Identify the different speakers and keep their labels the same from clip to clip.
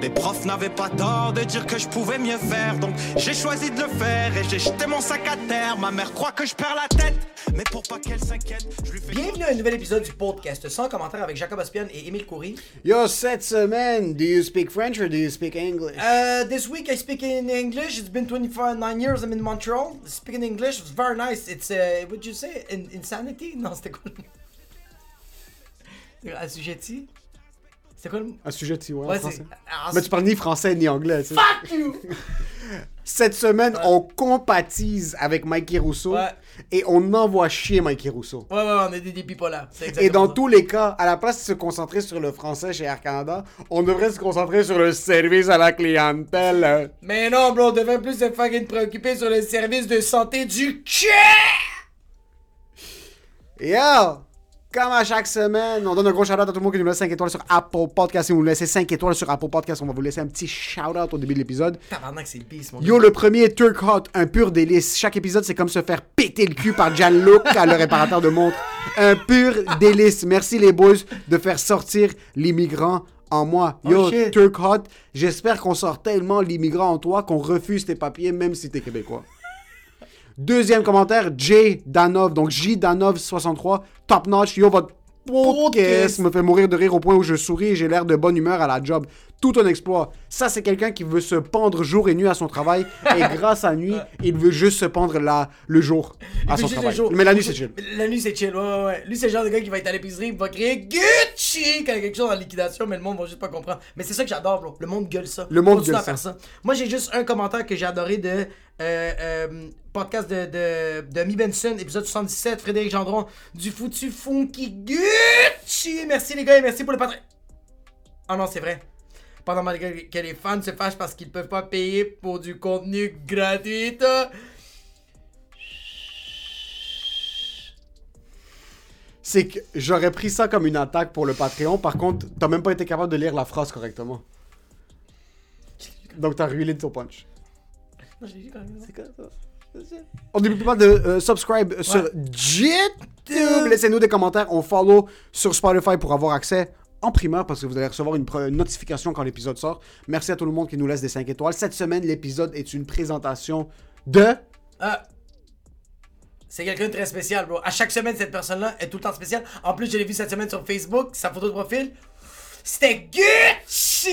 Speaker 1: Les profs n'avaient pas tort de dire que je pouvais mieux faire, donc j'ai choisi de le faire et j'ai jeté mon sac à terre. Ma mère croit que je perds la tête, mais pour pas qu'elle s'inquiète, je lui fais.
Speaker 2: Bienvenue à un nouvel épisode du podcast sans commentaire avec Jacob Aspian et Émile Coury.
Speaker 3: Yo, cette semaine, do you speak French or do you speak English?
Speaker 2: Uh, this week I speak in English. It's been 29 years I'm in Montreal. Speaking English it's very nice. It's, uh, would you say, in- insanity? Non, c'était quoi le- Assujetti? C'était quoi le
Speaker 3: Un sujet de ouais,
Speaker 2: Ouais,
Speaker 3: en français.
Speaker 2: c'est- ah,
Speaker 3: Mais tu parles ni français ni anglais, Ah, tu sais. Cette semaine, on compatise avec Mikey Rousseau
Speaker 2: Ouais.
Speaker 3: et on envoie chier Mikey Rousseau.
Speaker 2: Ouais, ouais, on est des, des bipolaires. c'est
Speaker 3: Et
Speaker 2: exactement
Speaker 3: dans
Speaker 2: ça.
Speaker 3: tous les cas, à la place de se concentrer sur le français chez Air Canada, on devrait se concentrer sur le service à la clientèle.
Speaker 2: Mais non, bro, on devrait plus se fucking préoccuper sur le service de santé du cul!
Speaker 3: Yo! Comme à chaque semaine, on donne un gros shout-out à tout le monde qui nous laisse 5 étoiles sur Apple Podcast. Si vous nous laissez 5 étoiles sur Apple Podcast, on va vous laisser un petit shout-out au début de l'épisode.
Speaker 2: Tabarnak, c'est le pisse, mon
Speaker 3: Yo, le premier Turk Hot, un pur délice. Chaque épisode, c'est comme se faire péter le cul par Gianluca, le réparateur de montres. Un pur délice. Merci les boys de faire sortir l'immigrant en moi. Yo,
Speaker 2: Oh, shit.
Speaker 3: Turk Hot, j'espère qu'on sort tellement l'immigrant en toi qu'on refuse tes papiers, même si t'es québécois. Deuxième commentaire, J Danov, donc J Danov 63, top notch. Yo, votre podcast me fait mourir de rire au point où je souris et j'ai l'air de bonne humeur à la job. Tout un exploit. Ça, c'est quelqu'un qui veut se pendre jour et nuit à son travail. Et grâce à nuit, il veut juste se pendre la, le jour à
Speaker 2: Puis
Speaker 3: son
Speaker 2: juste
Speaker 3: travail.
Speaker 2: le jour-
Speaker 3: Mais la nuit, c'est chill.
Speaker 2: La nuit, c'est chill, ouais, ouais, ouais. Lui, c'est le genre de gars qui va être à l'épicerie, il va crier Gucci quand il y a quelque chose en liquidation, mais le monde va juste pas comprendre. Mais c'est ça que j'adore, bro. Le monde gueule ça.
Speaker 3: Le monde
Speaker 2: Continue
Speaker 3: gueule
Speaker 2: à faire ça. Moi, j'ai juste un commentaire que j'ai adoré de euh, euh, podcast de, de, de Mi Benson, épisode 77, Frédéric Gendron, du foutu funky Gucci. Merci les gars et merci pour le patron. Ah non, c'est vrai. Pendant mal- que les fans se fâchent parce qu'ils peuvent pas payer pour du contenu gratuit. hein.
Speaker 3: C'est que j'aurais pris ça comme une attaque pour le Patreon. Par contre, t'as même pas été capable de lire la phrase correctement. Donc, t'as ruiné de ton punch.
Speaker 2: Non, je l'ai dit quand même.
Speaker 3: On n'oublie pas de euh, subscribe sur YouTube. Laissez-nous des commentaires. On follow sur Spotify pour avoir accès en primeur parce que vous allez recevoir une, pre- une notification quand l'épisode sort. Merci à tout le monde qui nous laisse des 5 étoiles. Cette semaine, l'épisode est une présentation de...
Speaker 2: Ah. C'est quelqu'un de très spécial, bro. À chaque semaine, cette personne-là est tout le temps spéciale. En plus, je l'ai vu cette semaine sur Facebook, sa photo de profil. C'était Gucci!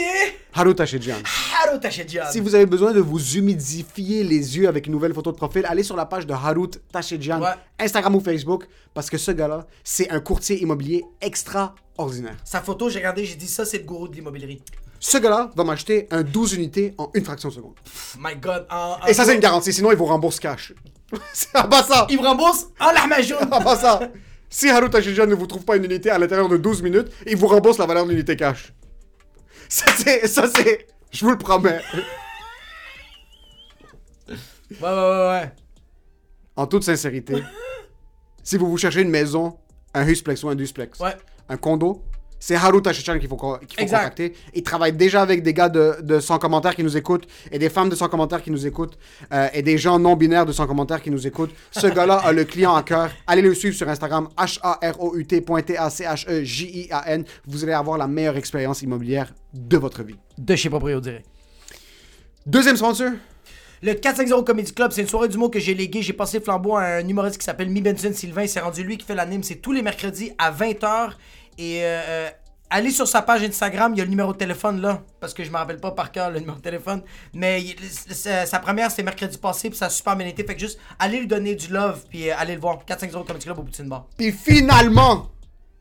Speaker 3: Haru Tachidjian.
Speaker 2: Haro Tachidjian.
Speaker 3: Si vous avez besoin de vous humidifier les yeux avec une nouvelle photo de profil, allez sur la page de Harut Tachidjian,
Speaker 2: Ouais.
Speaker 3: Instagram ou Facebook, parce que ce gars-là, c'est un courtier immobilier extraordinaire.
Speaker 2: Sa photo, j'ai regardé, j'ai dit ça, c'est le gourou de l'immobilier.
Speaker 3: Ce gars-là va m'acheter un 12 unités en une fraction de seconde.
Speaker 2: My God. en- en-
Speaker 3: Et ça, c'est une garantie, sinon ils vous remboursent cash. c'est à bas ça!
Speaker 2: Il me rembourse en larmajon.
Speaker 3: À bas ça! Si Harut Tachidjian ne vous trouve pas une unité à l'intérieur de 12 minutes, il vous rembourse la valeur de l'unité cash. Ça, c'est. Ça, c'est. Je vous le promets.
Speaker 2: ouais, ouais, ouais, ouais.
Speaker 3: en toute sincérité, si vous vous cherchez une maison, un husplex ou un duplex,
Speaker 2: Ouais.
Speaker 3: un condo, c'est Haru Tachichan qu'il faut, co- qu'il faut
Speaker 2: Exact.
Speaker 3: contacter. Il travaille déjà avec des gars de, de 100 commentaires qui nous écoutent, et des femmes de 100 commentaires qui nous écoutent, euh, et des gens non-binaires de 100 commentaires qui nous écoutent. Ce gars-là a le client à cœur. Allez le suivre sur Instagram, E H-A-R-O-U-T.T-A-C-H-E-J-I-A-N. Vous allez avoir la meilleure expérience immobilière de votre vie.
Speaker 2: De chez Proprio Direct.
Speaker 3: Deuxième sponsor,
Speaker 2: Le 450 Comedy Club, c'est une soirée d'humour que j'ai léguée. J'ai passé le flambeau à un humoriste qui s'appelle Mi Benson Sylvain. C'est rendu lui qui fait l'anime. C'est tous les mercredis à 20h. Et euh, euh, allez sur sa page Instagram. Il y a le numéro de téléphone là. Parce que je me rappelle pas par cœur le numéro de téléphone. Mais il- sa, sa première, c'est mercredi passé. Puis ça a super bien été. Fait que juste allez lui donner du love. Puis euh, allez le voir. 450 Comedy Club au Poutine Bar.
Speaker 3: Puis finalement,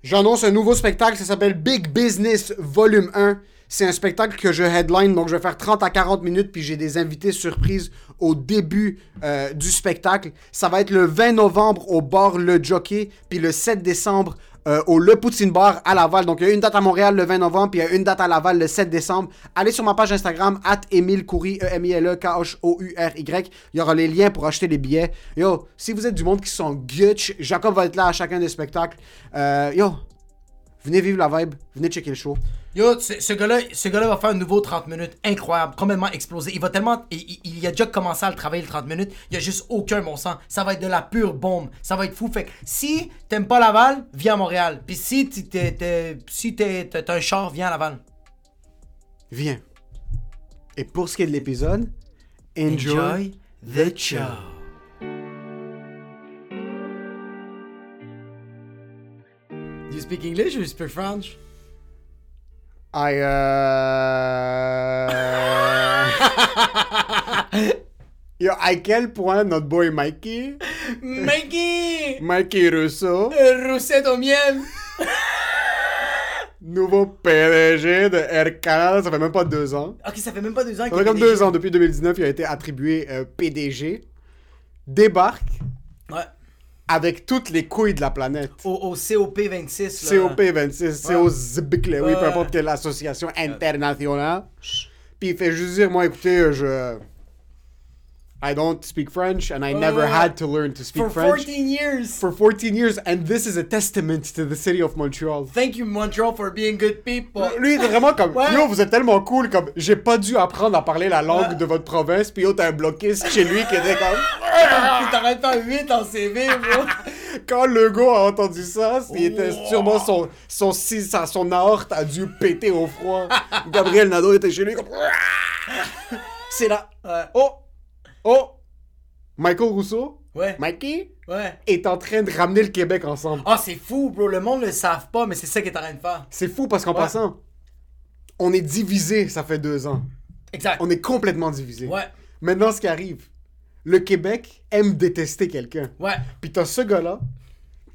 Speaker 3: j'annonce un nouveau spectacle, ça s'appelle Big Business Volume 1. C'est un spectacle que je headline, donc je vais faire 30 à 40 minutes, puis j'ai des invités surprises au début euh, du spectacle. Ça va être le 20 novembre au bar Le Jockey, puis le 7 décembre euh, au Le Poutine Bar à Laval. Donc il y a une date à Montréal le 20 novembre, puis il y a une date à Laval le 7 décembre. Allez sur ma page Instagram, at Emile Coury, E E-M-I-L-E-K-H-O-U-R-Y. Il y aura les liens pour acheter les billets. Yo, si vous êtes du monde qui sont gutch, Jacob va être là à chacun des spectacles. Euh, yo, venez vivre la vibe, venez checker le show.
Speaker 2: Yo, ce, ce gars-là, ce gars-là va faire un nouveau 30 minutes incroyable, complètement explosé. Il va tellement, il, il- il a déjà commencé à le travailler le 30 minutes. Il y a juste aucun bon sens. Ça va être de la pure bombe. Ça va être fou. Fait que si t'aimes pas Laval, viens à Montréal. Puis si t'es, t'es- t'es- si t'es, t'es- t'as un char, viens à Laval.
Speaker 3: Viens. Et pour ce qui est de l'épisode, enjoy, the show.
Speaker 2: Do you speak English or you speak French?
Speaker 3: I uh... Yo, à quel point notre boy Mikey,
Speaker 2: Maggie!
Speaker 3: Mikey Russo,
Speaker 2: Roussette au miel!
Speaker 3: nouveau PDG de Air Canada, ça fait même pas deux ans.
Speaker 2: Ok, ça fait même pas deux ans
Speaker 3: Ça fait comme deux ans, depuis 2019, il a été attribué euh, PDG, débarque
Speaker 2: Ouais.
Speaker 3: avec toutes les couilles de la planète.
Speaker 2: Au, au COP26. là.
Speaker 3: COP26,
Speaker 2: Ouais.
Speaker 3: COZBICLE, oui,
Speaker 2: Ouais. Euh.
Speaker 3: peu importe quelle association internationale. Puis il fait juste dire, moi, écoutez, je... I don't speak French and I never
Speaker 2: ouais.
Speaker 3: had to learn to speak
Speaker 2: For
Speaker 3: French
Speaker 2: 14 years!
Speaker 3: for 14 years and this is a testament to the city of Montreal.
Speaker 2: Thank you, Montreal, for being good people.
Speaker 3: Lui, il est vraiment comme,
Speaker 2: Ouais.
Speaker 3: yo, vous êtes tellement cool, comme, j'ai pas dû apprendre à parler la langue
Speaker 2: Ouais.
Speaker 3: de votre province, puis yo, t'as un bloquiste chez lui qui était comme...
Speaker 2: T'aurais pas 8 en CV, bro.
Speaker 3: Quand Legault a entendu ça, il était
Speaker 2: Wow.
Speaker 3: sûrement son, son, si- sa- son aorte a dû péter au froid. Gabriel Nadeau était chez lui comme... C'est là.
Speaker 2: Ouais.
Speaker 3: Oh! Oh! Michael Rousseau,
Speaker 2: Ouais.
Speaker 3: Mikey,
Speaker 2: Ouais.
Speaker 3: est en train de ramener le Québec ensemble.
Speaker 2: Ah, c'est fou, bro. Le monde le savent pas, mais c'est ça qu'il est en train de faire.
Speaker 3: C'est fou parce qu'en passant, on est divisé, ça fait deux ans.
Speaker 2: Exact.
Speaker 3: On est complètement divisé.
Speaker 2: Ouais.
Speaker 3: Maintenant, ce qui arrive, le Québec aime détester quelqu'un.
Speaker 2: Ouais.
Speaker 3: Puis t'as ce gars-là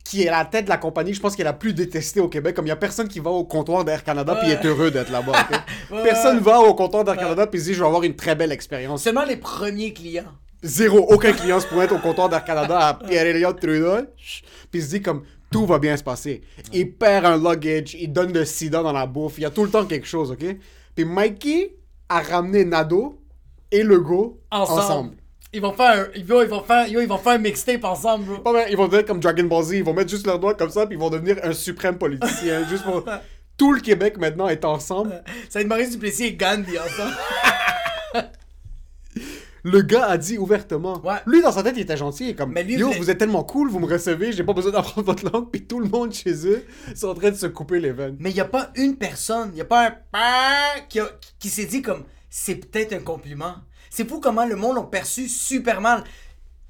Speaker 3: qui est à la tête de la compagnie, je pense qu'elle a plus détesté au Québec. Comme il y a personne qui va au comptoir d'Air Canada puis
Speaker 2: Ouais.
Speaker 3: est heureux d'être là-bas. ok?
Speaker 2: Ouais,
Speaker 3: personne
Speaker 2: ouais.
Speaker 3: va au comptoir d'Air Canada puis se dit je vais avoir une très belle expérience.
Speaker 2: Seulement les premiers clients.
Speaker 3: Zéro, aucun client se pointe au comptoir d'Air Canada à pierre Elliott Trudeau chut, puis se dit comme tout va bien se passer. Il perd un luggage, il donne le sida dans la bouffe, il y a tout le temps quelque chose, ok? Puis Mikey a ramené Nado et Legault
Speaker 2: Ensemble.
Speaker 3: ensemble.
Speaker 2: Ils vont faire un, ils vont, ils vont faire, yo, ils vont faire un mixtape ensemble, bro.
Speaker 3: Pas mal, ils vont devenir comme Dragon Ball Z, ils vont mettre juste leurs doigts comme ça, puis ils vont devenir un suprême politicien. juste pour. Tout le Québec maintenant est ensemble.
Speaker 2: Ça va être Maurice Duplessis et Gandhi ensemble.
Speaker 3: Le gars a dit ouvertement.
Speaker 2: Ouais.
Speaker 3: Lui, dans sa tête, il était gentil. il est comme,
Speaker 2: Mais lui, il
Speaker 3: yo,
Speaker 2: voulait-
Speaker 3: vous êtes tellement cool, vous me recevez, j'ai pas besoin d'apprendre votre langue, puis tout le monde chez eux sont en train de se couper les veines.
Speaker 2: Mais il n'y a pas une personne, il n'y a pas un pa- qui, a- qui s'est dit comme c'est peut-être un compliment. C'est fou comment le monde l'a perçu super mal.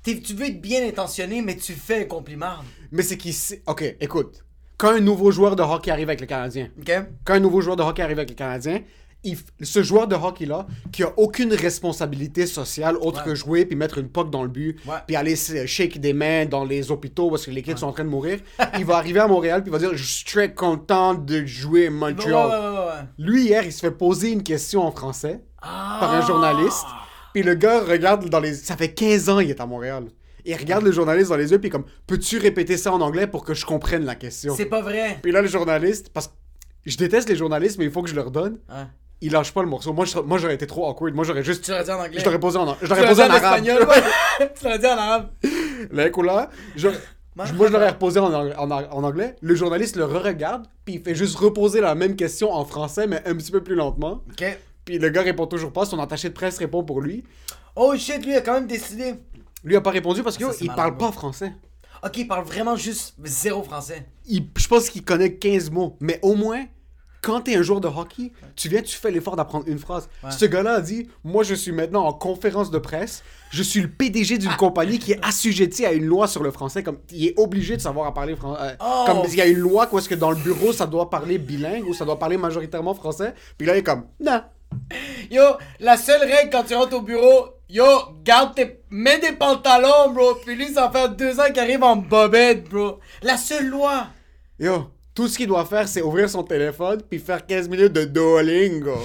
Speaker 2: T'es- tu veux être bien intentionné, mais tu fais un compliment.
Speaker 3: Mais c'est qu'il sait. Ok, écoute. Quand un nouveau joueur de hockey arrive avec le Canadien,
Speaker 2: OK?
Speaker 3: quand un nouveau joueur de hockey arrive avec le Canadien, il f- ce joueur de hockey-là, qui a aucune responsabilité sociale autre
Speaker 2: Ouais.
Speaker 3: que jouer, puis mettre une poque dans le but,
Speaker 2: Ouais.
Speaker 3: puis aller se- shake des mains dans les hôpitaux parce que les kids sont en train de mourir, il va arriver à Montréal, puis il va dire « Je suis très content de jouer
Speaker 2: Ouais,
Speaker 3: à Montreal.
Speaker 2: ouais, ouais, ouais.
Speaker 3: Lui, hier, il se fait poser une question en français
Speaker 2: Ah!
Speaker 3: par un journaliste, puis le gars regarde dans les... Ça fait 15 ans il est à Montréal. Il regarde le journaliste dans les yeux, puis comme « Peux-tu répéter ça en anglais pour que je comprenne la question?
Speaker 2: C'est » pas vrai.
Speaker 3: Puis là, le journaliste, parce que je déteste les journalistes, mais il faut que je leur donne
Speaker 2: Hein?
Speaker 3: il lâche pas le morceau. Moi, je serais- moi, j'aurais été trop awkward. Moi, j'aurais juste.
Speaker 2: Tu l'aurais dit en anglais.
Speaker 3: Je l'aurais posé en, je
Speaker 2: Tu
Speaker 3: l'aurais
Speaker 2: l'aurais
Speaker 3: posé
Speaker 2: dit
Speaker 3: en
Speaker 2: en
Speaker 3: arabe.
Speaker 2: espagnol. ouais. tu l'aurais dit en arabe.
Speaker 3: Le couleur, je- je- Moi, je l'aurais reposé en, ang- en ang- en anglais. Le journaliste le re-regarde, puis il fait juste reposer la même question en français, mais un petit peu plus lentement.
Speaker 2: OK.
Speaker 3: Puis le gars répond toujours pas. Son attaché de presse répond pour lui.
Speaker 2: Oh shit, lui a quand même décidé.
Speaker 3: Lui a pas répondu parce qu'il
Speaker 2: Ça, c'est malade,
Speaker 3: parle
Speaker 2: ouais.
Speaker 3: pas français.
Speaker 2: OK, il parle vraiment juste zéro français.
Speaker 3: Il- je pense qu'il connaît 15 mots, mais au moins, quand t'es un joueur de hockey, tu viens, tu fais l'effort d'apprendre une phrase.
Speaker 2: Ouais.
Speaker 3: Ce gars-là a dit Moi, je suis maintenant en conférence de presse, je suis le PDG
Speaker 2: Ah.
Speaker 3: d'une compagnie qui est assujettie à une loi sur le français. Comme, il est obligé de savoir à parler français.
Speaker 2: Oh.
Speaker 3: Comme il y a une loi, quoi, est-ce que dans le bureau, ça doit parler bilingue ou ça doit parler majoritairement français Puis là, il est comme Non.
Speaker 2: Yo, la seule règle quand tu rentres au bureau, yo, garde tes. Mets des pantalons, bro. Puis lui, ça fait deux ans qu'il arrive en bobette, bro. La seule loi.
Speaker 3: Yo, tout ce qu'il doit faire, c'est ouvrir son téléphone puis faire 15 minutes de Duolingo.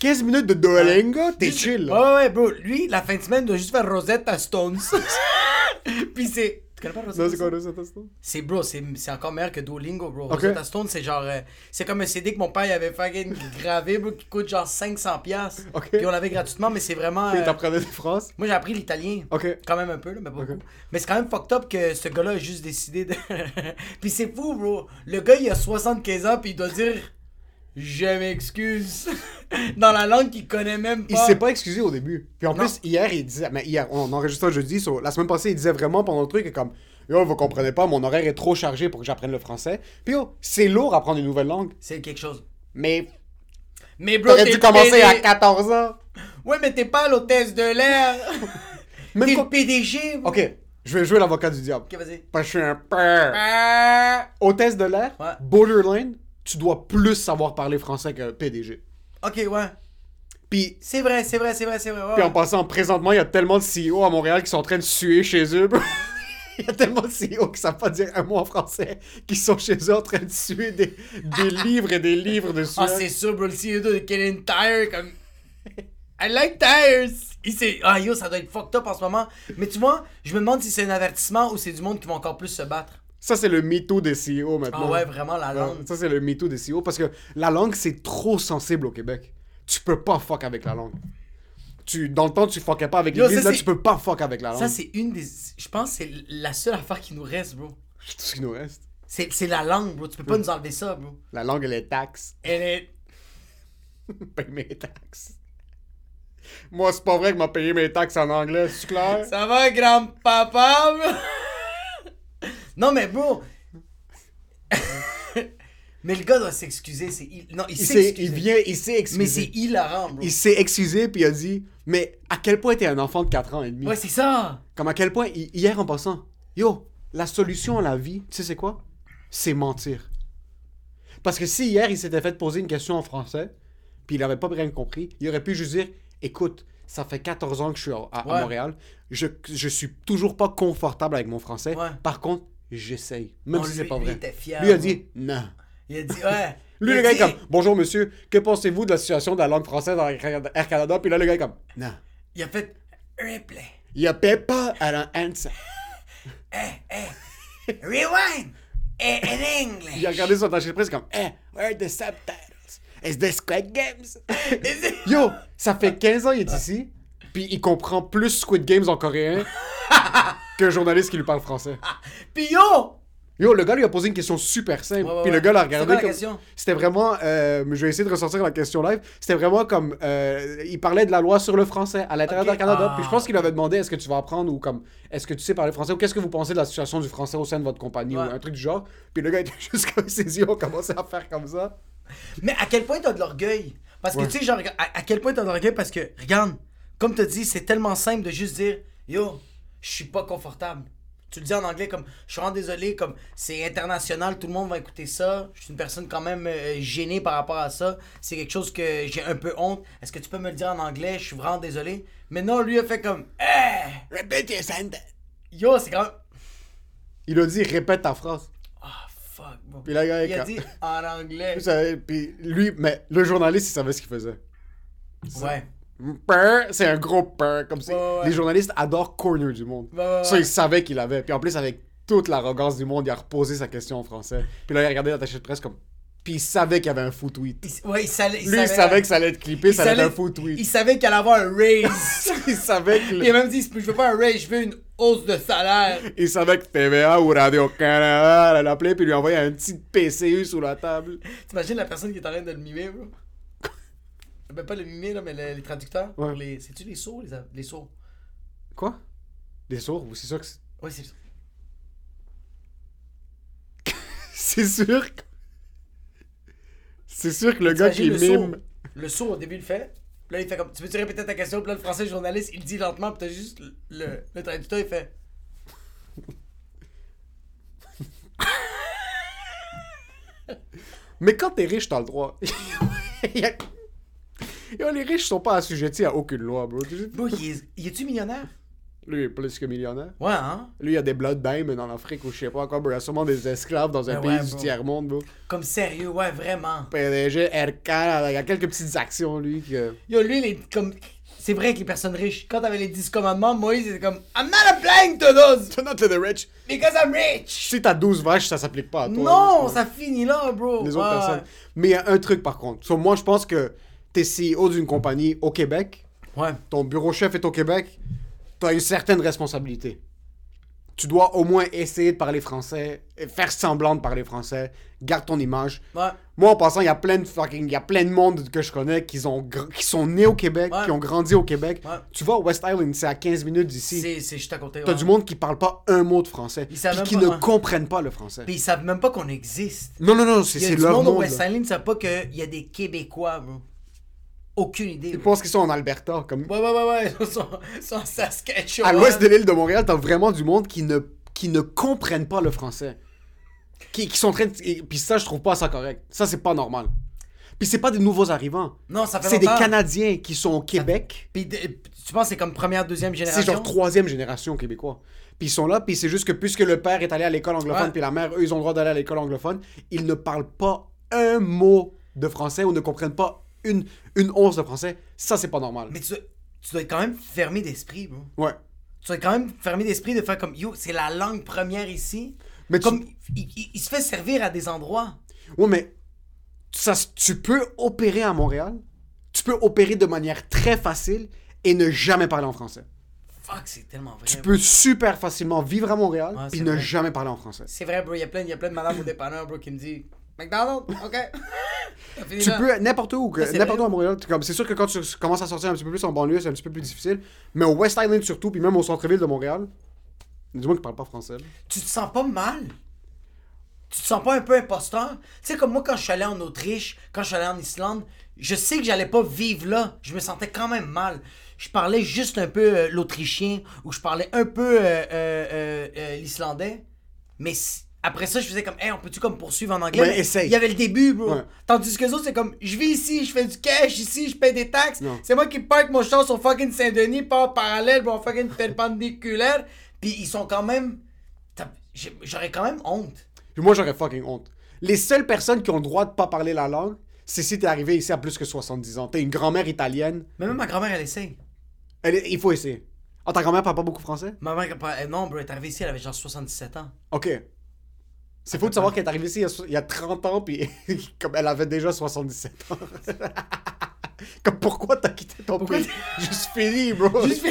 Speaker 3: 15 minutes de Duolingo, t'es
Speaker 2: Ah. Juste- Oh.
Speaker 3: chill.
Speaker 2: Ouais,
Speaker 3: là.
Speaker 2: ouais, ouais, bro. Lui, la fin de semaine, il doit juste faire Rosetta Stones. Puis c'est. Tu connais pas Rosetta
Speaker 3: Non, c'est quoi,
Speaker 2: Stones?
Speaker 3: là, cette histoire?
Speaker 2: C'est, bro, c'est, c'est encore meilleur que Duolingo, bro.
Speaker 3: Ok.
Speaker 2: Rosetta Stones, c'est genre. euh, c'est comme un CD que mon père il avait fucking gravé, bro, qui coûte genre 500$.
Speaker 3: Ok.
Speaker 2: Puis on l'avait gratuitement, mais c'est vraiment.
Speaker 3: Puis
Speaker 2: euh,
Speaker 3: t'apprenais de France.
Speaker 2: Moi, j'ai appris l'italien.
Speaker 3: Ok.
Speaker 2: Quand même un peu, là, mais pas
Speaker 3: Ok.
Speaker 2: beaucoup. Mais c'est quand même fucked up que ce gars-là a juste décidé de. puis c'est fou, bro. Le gars, il a 75 ans, puis il doit dire
Speaker 4: je m'excuse. Dans la langue qu'il connaît même
Speaker 3: Il
Speaker 4: pas.
Speaker 3: s'est pas excusé au début. Puis en
Speaker 2: Non.
Speaker 3: plus, hier, il disait. Mais hier, on enregistre ça jeudi. so, la semaine passée, il disait vraiment pendant le truc que comme. Yo, vous comprenez pas, mon horaire est trop chargé pour que j'apprenne le français. Puis yo, c'est lourd apprendre une nouvelle langue.
Speaker 2: C'est quelque chose.
Speaker 3: Mais
Speaker 4: Mais bro,
Speaker 3: t'aurais
Speaker 4: t'es-
Speaker 3: dû commencer
Speaker 4: t'es-
Speaker 3: à 14 ans.
Speaker 4: Ouais, mais t'es pas l'hôtesse de l'air.
Speaker 3: Même
Speaker 4: t'es
Speaker 3: pas-
Speaker 4: le PDG. bro.
Speaker 3: Ok, je vais jouer l'avocat du diable.
Speaker 4: Ok, vas-y.
Speaker 3: Parce que je suis un
Speaker 2: Euh.
Speaker 3: père.
Speaker 4: Ah.
Speaker 3: Hôtesse de l'air,
Speaker 4: Ouais.
Speaker 3: borderline, tu dois plus savoir parler français qu'un PDG.
Speaker 4: Ok, ouais.
Speaker 3: Puis,
Speaker 4: C'est vrai, c'est vrai, c'est vrai, c'est vrai. ouais,
Speaker 3: puis en
Speaker 4: ouais.
Speaker 3: passant, présentement, il y a tellement de CEO à Montréal qui sont en train de suer chez eux. bro. Il y a tellement de CEO qui savent pas dire un mot en français, qui sont chez eux en train de suer des, des livres et des livres de sueur.
Speaker 4: Ah, c'est sûr, bro, le CEO
Speaker 2: E
Speaker 4: de Kellen Tire, comme. I like tires.
Speaker 2: Il s'est- Ah yo, ça doit être fucked up en ce moment. Mais tu vois, je me demande si c'est un avertissement ou c'est du monde qui va encore plus se battre.
Speaker 3: Ça, c'est le mytho des CEO
Speaker 2: Ah
Speaker 3: maintenant.
Speaker 2: ouais, vraiment, la
Speaker 3: Ouais,
Speaker 2: langue.
Speaker 3: Ça, c'est le mytho des CEO parce que la langue, c'est trop sensible au Québec. Tu peux pas fuck avec la langue. Tu, dans le temps, tu fuckais pas avec
Speaker 2: Yo,
Speaker 3: l'Église,
Speaker 2: ça,
Speaker 3: là,
Speaker 2: c'est-
Speaker 3: tu peux pas fuck avec la langue.
Speaker 2: Ça, c'est une des... Je pense que c'est la seule affaire qui nous reste, bro.
Speaker 3: C'est tout ce qui nous reste.
Speaker 2: C'est c'est la langue, bro. Tu peux pas nous enlever ça, bro.
Speaker 3: La langue, elle est taxe.
Speaker 2: Elle est...
Speaker 3: Paye mes taxes. Moi, c'est pas vrai que m'a payé mes taxes en anglais, c'est clair?
Speaker 4: Ça va, grand-papa, bro?
Speaker 2: Non, mais bro. mais le gars doit s'excuser. C'est... il- Non, il,
Speaker 3: Il,
Speaker 2: s'est
Speaker 3: s'est-
Speaker 2: excusé.
Speaker 3: il vient, il s'est
Speaker 2: Mais
Speaker 3: excusé.
Speaker 2: c'est hilarant, bro.
Speaker 3: Il s'est excusé, puis il a dit Mais à quel point t'es un enfant de 4 ans et demi?
Speaker 2: Ouais, c'est ça.
Speaker 3: Comme à quel point, hi- hier en passant, yo, la solution à la vie, tu sais c'est quoi? C'est mentir. Parce que si hier il s'était fait poser une question en français, puis il avait pas bien compris, il aurait pu juste dire, écoute, ça fait 14 ans que je suis à, à
Speaker 2: Ouais.
Speaker 3: Montréal, je, je suis toujours pas confortable avec mon français,
Speaker 2: Ouais.
Speaker 3: par contre, j'essaye, même
Speaker 2: Non,
Speaker 3: si
Speaker 2: lui-
Speaker 3: c'est pas
Speaker 2: lui
Speaker 3: vrai.
Speaker 2: était fier,
Speaker 3: lui a
Speaker 2: ouais.
Speaker 3: dit, non.
Speaker 2: Il a dit, ouais.
Speaker 3: Lui,
Speaker 2: Il
Speaker 3: le
Speaker 2: a
Speaker 3: gars est
Speaker 2: dit-
Speaker 3: comme, bonjour monsieur, que pensez-vous de la situation de la langue française dans Air Canada? Puis là, le gars est comme, non.
Speaker 2: Il a fait replay.
Speaker 3: Il a pas à la answer.
Speaker 2: Rewind. Et in
Speaker 3: Il a
Speaker 2: English.
Speaker 3: regardé son attaché de presse comme Eh, where are the subtitles? Is this Squid Games? Yo, ça fait 15 ans il est ici, puis il comprend plus Squid Games en coréen qu'un journaliste qui lui parle français.
Speaker 2: Puis yo.
Speaker 3: Yo, le gars lui a posé une question super simple,
Speaker 2: Ouais, ouais,
Speaker 3: puis le
Speaker 2: ouais.
Speaker 3: gars l'a
Speaker 2: C'est
Speaker 3: regardé
Speaker 2: quoi la
Speaker 3: comme-
Speaker 2: question?
Speaker 3: C'était vraiment... euh, je vais essayer de ressortir la question live. C'était vraiment comme... euh, il parlait de la loi sur le français à l'intérieur
Speaker 2: Ok.
Speaker 3: du Canada,
Speaker 2: Ah.
Speaker 3: puis je pense qu'il avait demandé est-ce que tu vas apprendre ou comme... Est-ce que tu sais parler français ou qu'est-ce que vous pensez de la situation du français au sein de votre compagnie
Speaker 2: Ouais.
Speaker 3: ou un truc du genre. Puis le gars était juste comme ses yeux ont commencé à faire comme ça.
Speaker 2: Mais à quel point t'as de l'orgueil Parce que
Speaker 3: Ouais.
Speaker 2: tu sais, genre, à, à quel point t'as de l'orgueil Parce que, regarde, comme t'as dit, c'est tellement simple de juste dire Yo, je suis pas confortable. Tu le dis en anglais comme Je suis vraiment désolé, comme c'est international, tout le monde va écouter ça. Je suis une personne quand même euh, gênée par rapport à ça. C'est quelque chose que j'ai un peu honte. Est-ce que tu peux me le dire en anglais Je suis vraiment désolé. Mais non, lui a fait comme Eh
Speaker 3: Répète your sentence.
Speaker 2: Yo, c'est quand même.
Speaker 3: Il a dit répète ta phrase.
Speaker 2: Ah, fuck, bro.
Speaker 3: Puis là, gars,
Speaker 2: Il a
Speaker 3: quand-
Speaker 2: dit en anglais.
Speaker 3: Vous savez, puis lui, mais le journaliste, il savait ce qu'il faisait.
Speaker 2: Ouais.
Speaker 3: Peur, c'est un gros peur. Comme si
Speaker 2: Ouais, ouais, ouais.
Speaker 3: les journalistes adorent corner du monde.
Speaker 2: Ouais, ouais,
Speaker 3: Ça,
Speaker 2: ouais.
Speaker 3: il savait qu'il avait. Puis en plus, avec toute l'arrogance du monde, il a reposé sa question en français. Puis là, il a regardé l'attaché de presse comme. Puis il savait qu'il y avait un faux tweet.
Speaker 2: Il s- ouais, il, savait-
Speaker 3: Lui, il savait que ça allait être clippé,
Speaker 2: Il
Speaker 3: ça allait être un
Speaker 2: savait-
Speaker 3: faux tweet.
Speaker 2: Il savait qu'elle allait avoir un raise.
Speaker 3: Il savait que.
Speaker 4: Il a même dit, je veux pas un raise, je veux une hausse de salaire.
Speaker 3: Il savait que TVA ou Radio-Canada allait l'appeler puis lui envoyer un petit PCU sous la table.
Speaker 2: T'imagines la personne qui est en train de le mimer, bro? Ben, pas le mimer, là, mais le- les traducteurs. pour
Speaker 3: Ouais.
Speaker 2: les- C'est-tu les sourds, les, a- les sourds?
Speaker 3: Quoi? Des sourds? C'est sûr que c'est-
Speaker 2: Ouais, c'est
Speaker 3: C'est sûr que... C'est sûr que le gars qui
Speaker 2: T'imagines le sourd.
Speaker 3: mime...
Speaker 2: Le sourd, au début, il le fait. Puis là, il fait comme, tu veux-tu répéter ta question? Puis là, le français journaliste, il dit lentement, puis t'as juste le, le, le traducteur, il fait...
Speaker 3: Mais quand t'es riche, t'as le droit. Yo, les riches sont pas assujettis à aucune loi, bro. Tu sais,
Speaker 2: Bro, il est- il est-tu millionnaire?
Speaker 3: Lui, il est plus que millionnaire.
Speaker 2: Ouais, hein?
Speaker 3: Lui, il y a des bloodbains en Afrique ou je sais pas quoi, bro. Il y a sûrement des esclaves dans un
Speaker 2: Ben ouais,
Speaker 3: pays du
Speaker 2: bro.
Speaker 3: tiers-monde, bro. Ben,
Speaker 2: Comme sérieux, ouais, vraiment.
Speaker 3: PDG, RK, il y a quelques petites actions, lui, que...
Speaker 2: Yo, lui, il est comme... C'est vrai que les personnes riches, quand t'avais les 10 commandements, Moïse était comme « I'm not applying to those
Speaker 3: Turn out to the rich.
Speaker 2: because I'm rich!
Speaker 3: Si t'as 12 vaches, ça s'applique pas à » toi.
Speaker 2: Non,
Speaker 3: bro.
Speaker 2: ça finit là, bro!
Speaker 3: les autres
Speaker 2: Ouais.
Speaker 3: personnes. Mais il y a un truc, par contre. So, moi, je pense que t'es CEO d'une compagnie au Québec,
Speaker 2: Ouais.
Speaker 3: ton bureau chef est au Québec, tu as une certaine responsabilité. tu dois au moins essayer de parler français, et faire semblant de parler français, garde ton image.
Speaker 2: Ouais.
Speaker 3: Moi, en passant, il y a plein de fucking, il y a plein de monde que je connais qui, ont, gr- qui sont nés au Québec,
Speaker 2: Ouais.
Speaker 3: qui ont grandi au Québec.
Speaker 2: Ouais.
Speaker 3: Tu vas à West Island, c'est à 15 minutes d'ici.
Speaker 2: C'est c'est juste à côté.
Speaker 3: T'as
Speaker 2: ouais.
Speaker 3: du monde qui parle pas un mot de français,
Speaker 2: Ils savent
Speaker 3: puis
Speaker 2: même
Speaker 3: qui
Speaker 2: pas,
Speaker 3: ne
Speaker 2: ouais.
Speaker 3: comprennent pas le français.
Speaker 2: Puis ils savent même pas qu'on existe.
Speaker 3: Non, non, non, c'est
Speaker 2: Il y
Speaker 3: c'est
Speaker 2: a du
Speaker 3: leur
Speaker 2: monde
Speaker 3: monde.
Speaker 2: au
Speaker 3: là.
Speaker 2: West Island, ils savent pas qu'il y a des Québécois, bro. Aucune idée.
Speaker 3: Ils
Speaker 2: bro.
Speaker 3: pensent qu'ils sont en Alberta, comme
Speaker 4: Ouais, ouais, ouais, ouais. Ils sont, ils sont en Saskatchewan.
Speaker 3: À l'ouest de l'île de Montréal, t'as vraiment du monde qui ne, qui ne comprennent pas le français. Qui, qui sont en train de- et- Puis ça, je trouve pas ça correct. Ça, c'est pas normal. Puis c'est pas des nouveaux arrivants.
Speaker 2: Non, ça fait
Speaker 3: C'est des
Speaker 2: longtemps.
Speaker 3: Canadiens qui sont au Québec.
Speaker 2: Puis de- tu penses que c'est comme première, deuxième génération?
Speaker 3: C'est genre troisième génération québécois. Puis ils sont là, puis c'est juste que puisque le père est allé à l'école anglophone,
Speaker 2: Ouais.
Speaker 3: puis la mère, eux, ils ont le droit d'aller à l'école anglophone, ils ne parlent pas un mot de français ou ne comprennent pas une, une once de français. Ça, c'est pas normal.
Speaker 2: Mais tu dois, tu dois être quand même fermé d'esprit, bro.
Speaker 3: Ouais.
Speaker 2: Tu dois être quand même fermé d'esprit de faire comme yo, c'est la langue première ici.
Speaker 3: Mais tu-
Speaker 2: comme il, il- il se fait servir à des endroits.
Speaker 3: Oui, mais ça, s- tu peux opérer à Montréal, tu peux opérer de manière très facile et ne jamais parler en français.
Speaker 2: Fuck, c'est tellement vrai.
Speaker 3: Tu
Speaker 2: bro.
Speaker 3: peux super facilement vivre à Montréal
Speaker 2: Ouais,
Speaker 3: puis
Speaker 2: c'est
Speaker 3: ne
Speaker 2: vrai.
Speaker 3: jamais parler en français.
Speaker 2: C'est vrai, bro. Il y a plein, il y a plein de madames au dépanneur, bro, qui me dit McDonald's, ok. T'as fini
Speaker 3: Tu
Speaker 2: là?
Speaker 3: peux n'importe où, que-
Speaker 2: Ça, c'est
Speaker 3: n'importe
Speaker 2: vrai.
Speaker 3: où à Montréal. t'es comme- C'est sûr que quand tu commences à sortir un petit peu plus en banlieue, c'est un petit peu plus difficile. Mais au West Island surtout, puis même au centre-ville de Montréal, il y a du monde qui parle pas français. là.
Speaker 2: Tu te sens pas mal. Tu te sens pas un peu imposteur. Tu sais, comme moi, quand je suis allé en Autriche, quand je suis allé en Islande, je sais que j'allais pas vivre là. Je me sentais quand même mal. Je parlais juste un peu euh, l'autrichien ou je parlais un peu euh, euh, euh, euh, l'islandais. Mais si- après ça, je faisais comme, hey, on peut-tu comme poursuivre en anglais?
Speaker 3: Ouais,
Speaker 2: Mais
Speaker 3: essaye.
Speaker 2: Il y avait le début, bro.
Speaker 3: Ouais.
Speaker 2: Tandis que les autres, c'est comme, je vis ici, je fais du cash ici, je paye des taxes.
Speaker 3: Non.
Speaker 2: C'est moi qui parque mon char sur fucking Saint-Denis, pas en parallèle, bro, fucking perpendiculaire. Puis ils sont quand même. T'as- j'ai- J'aurais quand même honte.
Speaker 3: Puis moi, j'aurais fucking honte. Les seules personnes qui ont le droit de pas parler la langue, c'est si t'es arrivé ici à plus que 70 ans. T'es une grand-mère italienne,
Speaker 2: Mais même ma grand-mère, elle essaye.
Speaker 3: Elle est- il faut essayer. Ah, ta grand-mère parle pas beaucoup français?
Speaker 2: Ma mère, elle parle- elle- non, bro, elle est arrivée ici, elle avait genre 77 ans.
Speaker 3: Ok. C'est faux de savoir qu'elle est arrivée ici il y a, so- il y a 30 ans, puis comme elle avait déjà 77 ans. comme pourquoi t'as quitté ton pays? Juste fini, bro. Juste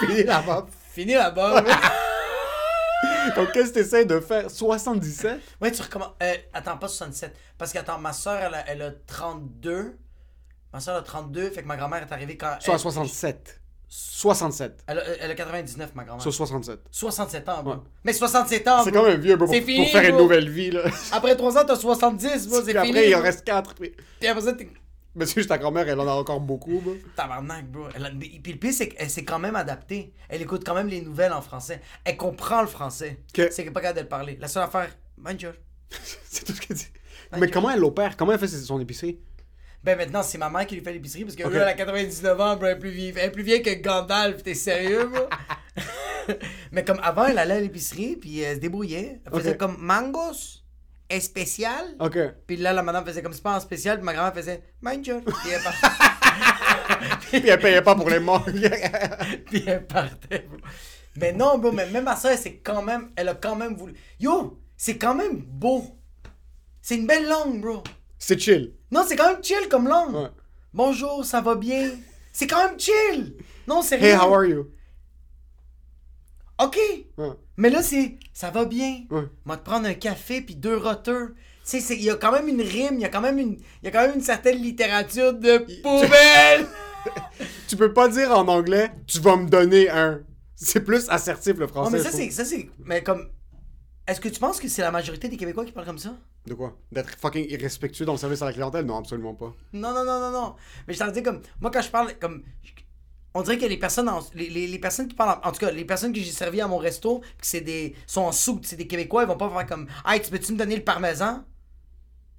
Speaker 3: fini. là-bas.
Speaker 2: Fini là-bas, ouais.
Speaker 3: Donc, qu'est-ce que t'essayes de faire? 77?
Speaker 2: Ouais, tu recommences. Euh, attends, pas 67. Parce que, attends, ma soeur, elle a, elle a 32. Ma soeur, elle a 32, fait que ma grand-mère est arrivée quand.
Speaker 3: Soit
Speaker 2: elle-
Speaker 3: 67. 67.
Speaker 2: Elle a, elle a 99, ma grand-mère.
Speaker 3: Soit 67.
Speaker 2: 67 ans, bro.
Speaker 3: Ouais.
Speaker 2: Mais 67 ans,
Speaker 3: C'est
Speaker 2: bro.
Speaker 3: quand même vieux, bro, pour,
Speaker 2: Ah, C'est
Speaker 3: pour
Speaker 2: fini,
Speaker 3: faire une
Speaker 2: bro.
Speaker 3: nouvelle vie, là.
Speaker 2: Après 3 ans, t'as 70, bro, c'est
Speaker 3: Puis
Speaker 2: fini.
Speaker 3: après, il en
Speaker 2: bro.
Speaker 3: reste 4. Puis...
Speaker 2: Puis après ça, t'es.
Speaker 3: Mais c'est juste ta grand-mère, elle en a encore beaucoup, bro.
Speaker 2: Tabarnak, bro. Elle a- Puis le pire, c'est qu'elle s'est quand même adaptée. Elle écoute quand même les nouvelles en français. Elle comprend le français.
Speaker 3: Ok.
Speaker 2: C'est qu'elle est pas capable de le parler. La seule affaire, bonjour.
Speaker 3: c'est tout ce qu'elle dit. Mais comment elle l'opère? Comment elle fait son épicerie?
Speaker 2: Ben maintenant, c'est ma mère qui lui fait l'épicerie parce que
Speaker 3: Ok.
Speaker 2: là, elle a 99 ans, bro, elle est plus vieille, elle est plus vieille que Gandalf. T'es sérieux, bro? Mais comme avant, elle allait à l'épicerie, puis elle se débrouillait. Elle faisait
Speaker 3: Ok. Ah.
Speaker 2: comme mangos, spécial.
Speaker 3: Ok.
Speaker 2: Puis là, la madame faisait comme c'est pas en spécial, puis ma grand-mère faisait bonjour. Puis elle partait.
Speaker 3: Puis elle payait pas pour les morts.
Speaker 2: puis elle partait, bro. Mais non, bro, mais même à ça, elle s'est quand même, elle a quand même voulu. Yo, c'est quand même beau. C'est une belle langue, bro.
Speaker 3: c'est chill.
Speaker 2: Non, c'est quand même chill comme langue.
Speaker 3: Ouais.
Speaker 2: Bonjour, ça va bien. C'est quand même chill. Non, c'est
Speaker 3: Hey,
Speaker 2: rien.
Speaker 3: how are you?
Speaker 2: Ok.
Speaker 3: Ouais.
Speaker 2: Mais là, c'est ça va bien.
Speaker 3: Ouais.
Speaker 2: Moi, te prendre un café puis deux roteurs. Tu sais, c'est- il y a quand même une rime, il y a quand même une, il y a quand même une certaine littérature de poubelle.
Speaker 3: Tu peux pas dire en anglais, tu vas me donner un. C'est plus assertif le français.
Speaker 2: non, Ah, mais
Speaker 3: je
Speaker 2: ça,
Speaker 3: trouve.
Speaker 2: c'est, ça, c'est, mais comme, est-ce que tu penses que c'est la majorité des Québécois qui parlent comme ça?
Speaker 3: De quoi D'être fucking irrespectueux dans le service à la clientèle Non, absolument pas.
Speaker 2: Non, non, non, non, non. Mais je t'en dis comme. Moi, quand je parle, comme. je- On dirait que les personnes, en- les, les- les personnes qui parlent, en, en tout cas, les personnes que j'ai servies à mon resto, que c'est des, sont en soupe, c'est des Québécois, ils vont pas faire comme, hey, tu peux-tu me donner le parmesan?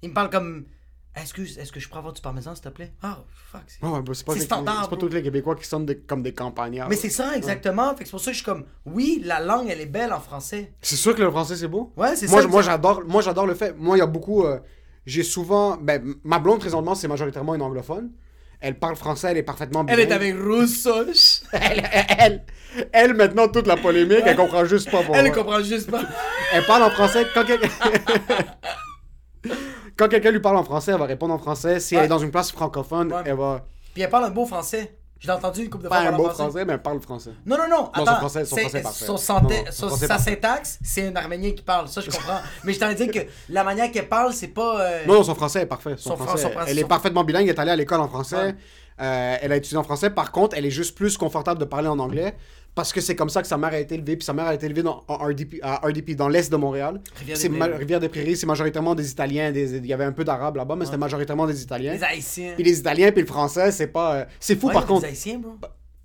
Speaker 2: Ils me parlent comme, excuse, est-ce que je pourrais avoir du parmesan, s'il te plaît? Ah, fuck. c'est-
Speaker 3: Ouais, ouais, bah, c'est pas,
Speaker 2: C'est
Speaker 3: les-
Speaker 2: standard,
Speaker 3: c'est pas
Speaker 2: bro.
Speaker 3: tous les Québécois qui sonnent des- comme des campagnards.
Speaker 2: Mais c'est ça, exactement. Fait que c'est pour ça que je suis comme, oui, la langue, elle est belle en français.
Speaker 3: C'est sûr que le français c'est beau.
Speaker 2: Ouais, c'est
Speaker 3: moi,
Speaker 2: ça,
Speaker 3: je- Moi
Speaker 2: exact.
Speaker 3: j'adore, moi j'adore le fait. Moi il y a beaucoup, euh, j'ai souvent, ben m- ma blonde présentement c'est majoritairement une anglophone. Elle parle français, elle est parfaitement bien.
Speaker 4: Elle est avec Rousseau.
Speaker 3: elle, elle, elle, maintenant toute la polémique, elle comprend juste pas. pour
Speaker 4: Elle
Speaker 3: moi.
Speaker 4: comprend juste pas.
Speaker 3: Elle parle en français quand quelqu'un. quand quelqu'un lui parle en français, elle va répondre en français. Si elle
Speaker 2: Ouais.
Speaker 3: est dans une place francophone,
Speaker 2: Ouais.
Speaker 3: elle va.
Speaker 2: Puis elle parle un beau français. J'ai entendu une couple de
Speaker 3: Pas
Speaker 2: fois
Speaker 3: un
Speaker 2: parler en
Speaker 3: mot français, mais parle français.
Speaker 2: Non, non, non.
Speaker 3: son
Speaker 2: Attends,
Speaker 3: français- son
Speaker 2: c'est-
Speaker 3: français est parfait.
Speaker 2: son synthé-
Speaker 3: Non, non,
Speaker 2: son-
Speaker 3: son français est
Speaker 2: sa
Speaker 3: parfait.
Speaker 2: syntaxe, c'est un Arménien qui parle. Ça, je comprends. Mais je t'en ai dit que la manière qu'elle parle, c'est pas. euh,
Speaker 3: Non, non, son français est parfait. Son,
Speaker 2: Son fran-
Speaker 3: français,
Speaker 2: son français-
Speaker 3: elle est
Speaker 2: son-
Speaker 3: parfaitement bilingue, elle est allée à l'école en français.
Speaker 2: Ouais.
Speaker 3: euh, elle a étudié en français. Par contre, elle est juste plus confortable de parler en anglais parce que c'est comme ça que sa mère a été élevée. Puis sa mère a été élevée dans, en RDP, à RDP, dans l'est de Montréal.
Speaker 2: Rivière
Speaker 3: C'est
Speaker 2: des
Speaker 3: ma-
Speaker 2: Prairies.
Speaker 3: Rivière des Prairies, c'est majoritairement des Italiens. des- Il y avait un peu d'Arabes là-bas, mais c'était majoritairement des Italiens.
Speaker 2: Les Haïtiens.
Speaker 3: Puis les Italiens, puis le français, c'est pas. euh, C'est fou
Speaker 2: Ouais,
Speaker 3: par
Speaker 2: les
Speaker 3: contre.
Speaker 2: Haïtiens, bro.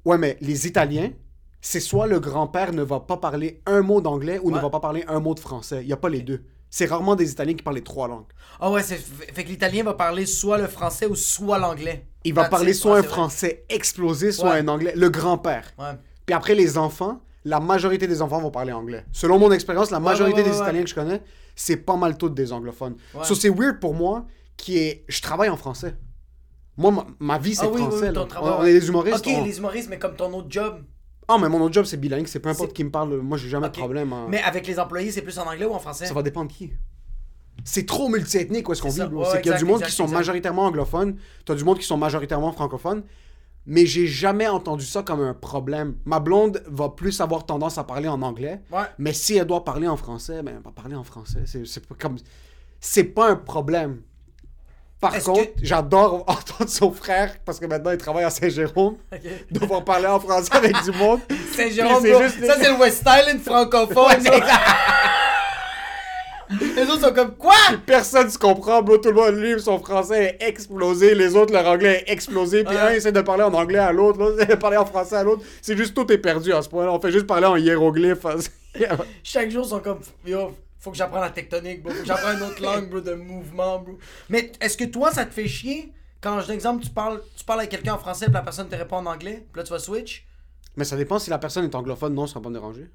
Speaker 3: Ouais, mais les Italiens, c'est soit le grand-père ne va pas parler un mot d'anglais ou ne
Speaker 2: Ouais.
Speaker 3: va pas parler un mot de français. Il n'y a pas les deux. C'est rarement des Italiens qui parlent les trois langues.
Speaker 2: Ah ouais, c'est- fait que l'italien va parler soit le français ou soit l'anglais.
Speaker 3: Il va
Speaker 2: Ah,
Speaker 3: parler
Speaker 2: c'est-
Speaker 3: soit
Speaker 2: ouais,
Speaker 3: un
Speaker 2: c'est vrai.
Speaker 3: français explosé, soit
Speaker 2: Ouais.
Speaker 3: un anglais. Le grand-père.
Speaker 2: Ouais.
Speaker 3: Puis après, les enfants, la majorité des enfants vont parler anglais. Selon mon expérience, la majorité
Speaker 2: ouais, ouais,
Speaker 3: des
Speaker 2: ouais.
Speaker 3: Italiens que je connais, c'est pas mal toutes des anglophones.
Speaker 2: Ouais.
Speaker 3: So, c'est weird pour moi qui est... Je travaille en français. Moi, ma, ma vie, c'est
Speaker 2: Ah
Speaker 3: le
Speaker 2: oui, oui,
Speaker 3: français.
Speaker 2: oui,
Speaker 3: là.
Speaker 2: ton travail.
Speaker 3: on, on est des humoristes.
Speaker 2: Ok,
Speaker 3: on-
Speaker 2: les humoristes, mais comme ton autre job.
Speaker 3: Ah, mais mon autre job, c'est bilingue. C'est peu importe
Speaker 2: C'est-
Speaker 3: qui me parle. Moi, j'ai jamais
Speaker 2: Ok.
Speaker 3: de problème. hein.
Speaker 2: Mais avec les employés, c'est plus en anglais ou en français
Speaker 3: Ça va dépendre qui. C'est trop multiethnique où est-ce qu'on
Speaker 2: C'est
Speaker 3: vit,
Speaker 2: ça.
Speaker 3: bro.
Speaker 2: Ouais,
Speaker 3: c'est qu'il y a
Speaker 2: exact,
Speaker 3: du monde
Speaker 2: exact,
Speaker 3: qui sont
Speaker 2: exact.
Speaker 3: majoritairement anglophones, t'as du monde qui sont majoritairement francophones, mais j'ai jamais entendu ça comme un problème. Ma blonde va plus avoir tendance à parler en anglais,
Speaker 2: Ouais.
Speaker 3: mais si elle doit parler en français, ben elle va parler en français. C'est, c'est pas comme... C'est pas un problème. Par
Speaker 2: Est-ce
Speaker 3: contre,
Speaker 2: que-
Speaker 3: j'adore entendre son frère, parce que maintenant il travaille à Saint-Jérôme,
Speaker 2: Ok.
Speaker 3: devoir parler en français avec du monde.
Speaker 2: Saint-Jérôme,
Speaker 3: Puis c'est
Speaker 2: bro.
Speaker 3: juste les-
Speaker 2: Ça, c'est le West Island francophone. les autres sont comme quoi
Speaker 3: Personne se comprend, bro. Tout le monde livre son français est explosé, les autres leur anglais est explosé, puis
Speaker 2: Ouais.
Speaker 3: un essaie de parler en anglais à l'autre, l'autre essaie de parler en français à l'autre. C'est juste tout est perdu à ce point-là. On fait juste parler en hiéroglyphe.
Speaker 2: Chaque jour, ils sont comme yo. Faut que j'apprenne la tectonique, bro. Faut que j'apprenne une autre langue, bro, de mouvement, bro. Mais est-ce que toi, ça te fait chier quand, je exemple, tu parles, tu parles avec quelqu'un en français, puis la personne te répond en anglais, puis là, tu vas switch
Speaker 3: Mais ça dépend si la personne est anglophone, non, ça va pas me déranger.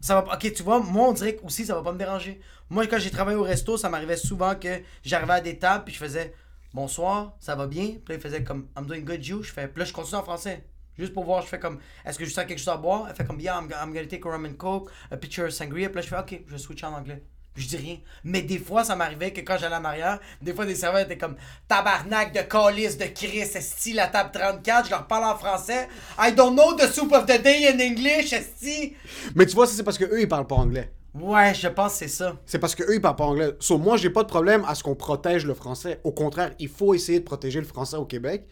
Speaker 2: Ça va pas- Ok, tu vois, moi, on dirait que aussi, ça va pas me déranger. Moi, quand j'ai travaillé au resto, ça m'arrivait souvent que j'arrivais à des tables, puis je faisais bonsoir, ça va bien. Puis là, il faisait comme I'm doing good, you. Je fais, puis là, je continue en français. Juste pour voir, je fais comme Est-ce que je sens quelque chose à boire Elle fait comme Yeah, I'm, go- I'm gonna take a rum and coke, a pitcher of sangria. Puis là, je fais Ok, je switch en anglais. Puis je dis rien. Mais des fois, ça m'arrivait que quand j'allais en arrière, des fois, des serveurs étaient comme Tabarnak de colis de Chris, esti, la table 34. Je leur parle en français. I don't know the soup of the day in English, esti.
Speaker 3: Mais tu vois, ça c'est parce que eux ils parlent pas anglais.
Speaker 2: Ouais, je pense que c'est ça.
Speaker 3: C'est parce que eux ils parlent pas anglais. So, moi, j'ai pas de problème à ce qu'on protège le français. Au contraire, il faut essayer de protéger le français au Québec.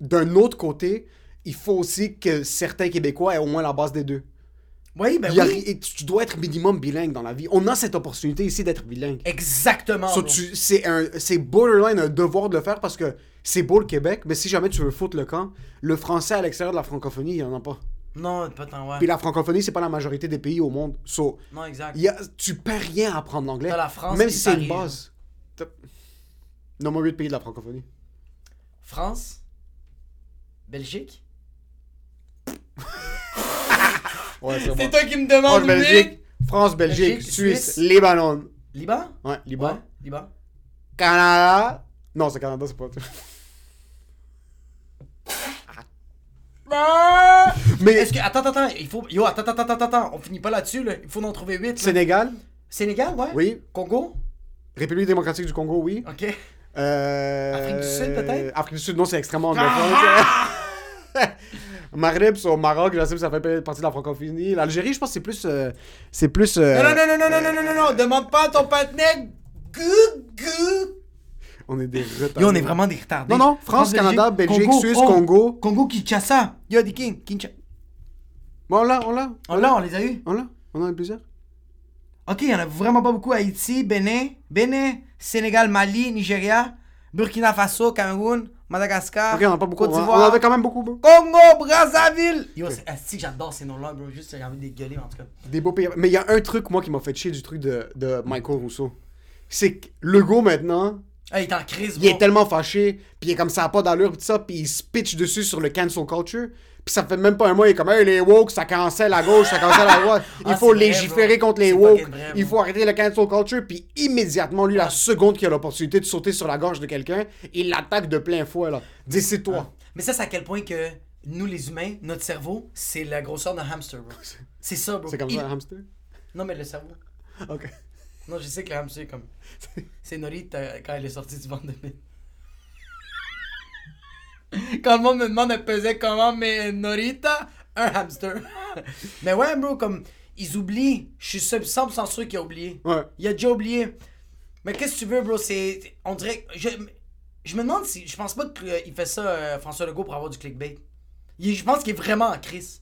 Speaker 3: D'un autre côté, il faut aussi que certains Québécois aient au moins la base des deux.
Speaker 2: Oui, ben
Speaker 3: Il y a-
Speaker 2: oui.
Speaker 3: et tu tu dois être minimum bilingue dans la vie. On a cette opportunité ici d'être bilingue.
Speaker 2: Exactement.
Speaker 3: So,
Speaker 2: bro.
Speaker 3: tu- c'est un- c'est borderline un devoir de le faire parce que c'est beau le Québec, mais si jamais tu veux foutre le camp, le français à l'extérieur de la francophonie, il n'y en a pas.
Speaker 2: Non, pas tant, ouais.
Speaker 3: Puis la francophonie, c'est pas la majorité des pays au monde. So,
Speaker 2: Non, exact.
Speaker 3: il y a- tu perds rien à apprendre l'anglais.
Speaker 2: T'as la France
Speaker 3: même
Speaker 2: qui
Speaker 3: si c'est une
Speaker 2: t'arrive.
Speaker 3: base. T'as- Nomme-moi 8 pays de la francophonie.
Speaker 2: France. Belgique.
Speaker 3: Ouais, c'est
Speaker 4: C'est
Speaker 3: bon.
Speaker 4: toi qui me demandes,
Speaker 3: France,
Speaker 4: Nick.
Speaker 3: Belgique, France, Belgique,
Speaker 2: Belgique,
Speaker 3: Suisse,
Speaker 2: Suisse.
Speaker 3: Libanon.
Speaker 2: Liban
Speaker 3: Ouais, Liban.
Speaker 2: Ouais, Liban.
Speaker 3: Canada. Non, c'est Canada, c'est pas. Mais Ah!
Speaker 2: Est-ce que. Attends, attends, attends. Il faut. Yo, attends, attends, attends, attends. On finit pas là-dessus, là. Il faut en trouver 8.
Speaker 3: Sénégal,
Speaker 2: Sénégal, ouais.
Speaker 3: oui.
Speaker 2: Congo
Speaker 3: République démocratique du Congo, oui.
Speaker 2: Ok.
Speaker 3: Euh,
Speaker 2: Ah. Afrique du Sud, peut-être? Ah!
Speaker 3: Afrique du Sud, non, c'est extrêmement anglophone. Maghreb, c'est au Maroc, je sais que ça fait partie de la francophonie. L'Algérie, je pense que c'est plus. euh, c'est plus. euh,
Speaker 2: Non, non, non, non, non, non, non, non, non, non. Demande pas à ton patinet. Gou, gou.
Speaker 3: On est des retardés.
Speaker 2: Yo, on est vraiment des retardés.
Speaker 3: Non, non, France, Canada, Belgique, Suisse, Congo.
Speaker 2: oh, Congo, Kinshasa. Yo, des King. Kinshasa.
Speaker 3: Bon, on l'a, on l'a.
Speaker 2: Oh là, on les a eus.
Speaker 3: On l'a. On en a plusieurs.
Speaker 2: Ok, il y en a vraiment pas beaucoup. Haïti, Bénin, Bénin, Sénégal, Mali, Nigeria, Burkina Faso, Cameroun, Madagascar.
Speaker 3: Ok, on en a pas beaucoup.
Speaker 2: Ah, Côte
Speaker 3: On, on
Speaker 2: d'Ivoire,
Speaker 3: en avait quand même beaucoup, bro.
Speaker 2: Congo, Brazzaville. Yo, c'est asti que j'adore ces noms-là, bro. Juste, j'ai envie de les gueuler, en tout cas.
Speaker 3: Des beaux pays. Mais il y a un truc, moi, qui m'a fait chier du truc de, de Michael Rousseau. C'est que Legault, maintenant,
Speaker 2: Ah, il est en crise,
Speaker 3: il
Speaker 2: bro.
Speaker 3: est tellement fâché, puis il est comme ça, a pas d'allure, pis tout ça, puis il se pitch dessus sur le cancel culture. Puis ça fait même pas un mois, il est comme, hey, les woke, ça cancelle à gauche, ça cancelle à droite. Il
Speaker 2: Ah,
Speaker 3: faut
Speaker 2: c'est vrai,
Speaker 3: légiférer
Speaker 2: bro.
Speaker 3: contre les
Speaker 2: C'est
Speaker 3: woke,
Speaker 2: fucking vrai, bro.
Speaker 3: il
Speaker 2: Ah.
Speaker 3: faut arrêter le cancel culture, puis immédiatement, lui, la seconde qu'il a l'opportunité de sauter sur la gorge de quelqu'un, il l'attaque de plein fouet, là. Dis, c'est toi.
Speaker 2: Mais ça, c'est à quel point que nous, les humains, notre cerveau, c'est la grosseur d'un hamster, bro. C'est ça, bro.
Speaker 3: C'est comme
Speaker 2: Il-
Speaker 3: ça, hein. hamster?
Speaker 2: Non, mais le cerveau.
Speaker 3: Ok.
Speaker 2: Non, je sais que le hamster, est comme. C'est Nori, quand elle est sortie du ventre de bête.
Speaker 4: Quand le monde me demande de peser comment mes Norita, un hamster.
Speaker 2: Mais ouais, bro, comme ils oublient. Je suis 100% sûr qu'il a oublié.
Speaker 3: Ouais.
Speaker 2: Il a déjà oublié. Mais qu'est-ce que tu veux, bro? C'est. On dirait. Je, je me demande si. Je pense pas qu'il fait ça, euh, François Legault, pour avoir du clickbait. Il- je pense qu'il est vraiment en crise.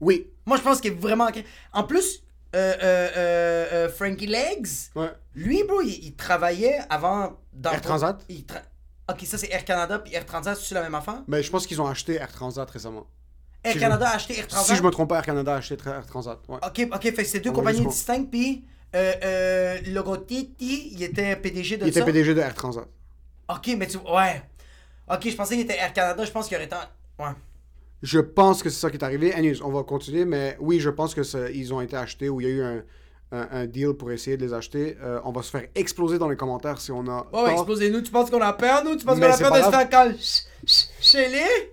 Speaker 3: Oui.
Speaker 2: Moi, je pense qu'il est vraiment en crise. En plus, euh, euh, euh, euh, Frankie Legs,
Speaker 3: Ouais.
Speaker 2: lui, bro, il, il travaillait avant. Dans
Speaker 3: Air Transat?
Speaker 2: Il tra- Ok, ça c'est Air Canada puis Air Transat, c'est la même affaire?
Speaker 3: Mais je pense qu'ils ont acheté Air Transat récemment.
Speaker 2: Air
Speaker 3: Si je-
Speaker 2: Canada a acheté Air Transat? Ah,
Speaker 3: Si je me trompe pas, Air Canada a acheté Air Transat. Ouais.
Speaker 2: Ok, ok, fait que c'est deux
Speaker 3: On va
Speaker 2: compagnies
Speaker 3: jusqu'au-
Speaker 2: distinctes, puis euh, euh, Logotiti, il était PDG de
Speaker 3: Il
Speaker 2: ça.
Speaker 3: était PDG de Air Transat.
Speaker 2: Ok, mais tu. Ouais. Ok, je pensais qu'il était Air Canada, je pense qu'il aurait été. en- Ouais.
Speaker 3: Je pense que c'est ça qui est arrivé. Anyways, on va continuer, mais oui, je pense que ça- ils ont été achetés ou il y a eu un, un- un deal pour essayer de les acheter. Euh, on va se faire exploser dans les commentaires si on a
Speaker 4: Oh,
Speaker 3: tort.
Speaker 4: explosez-nous. Tu penses qu'on a peur, nous? Tu penses qu'on
Speaker 3: Mais
Speaker 4: a
Speaker 3: c'est
Speaker 4: peur
Speaker 3: pas
Speaker 4: de se
Speaker 3: grave.
Speaker 4: faire cal... Chez les?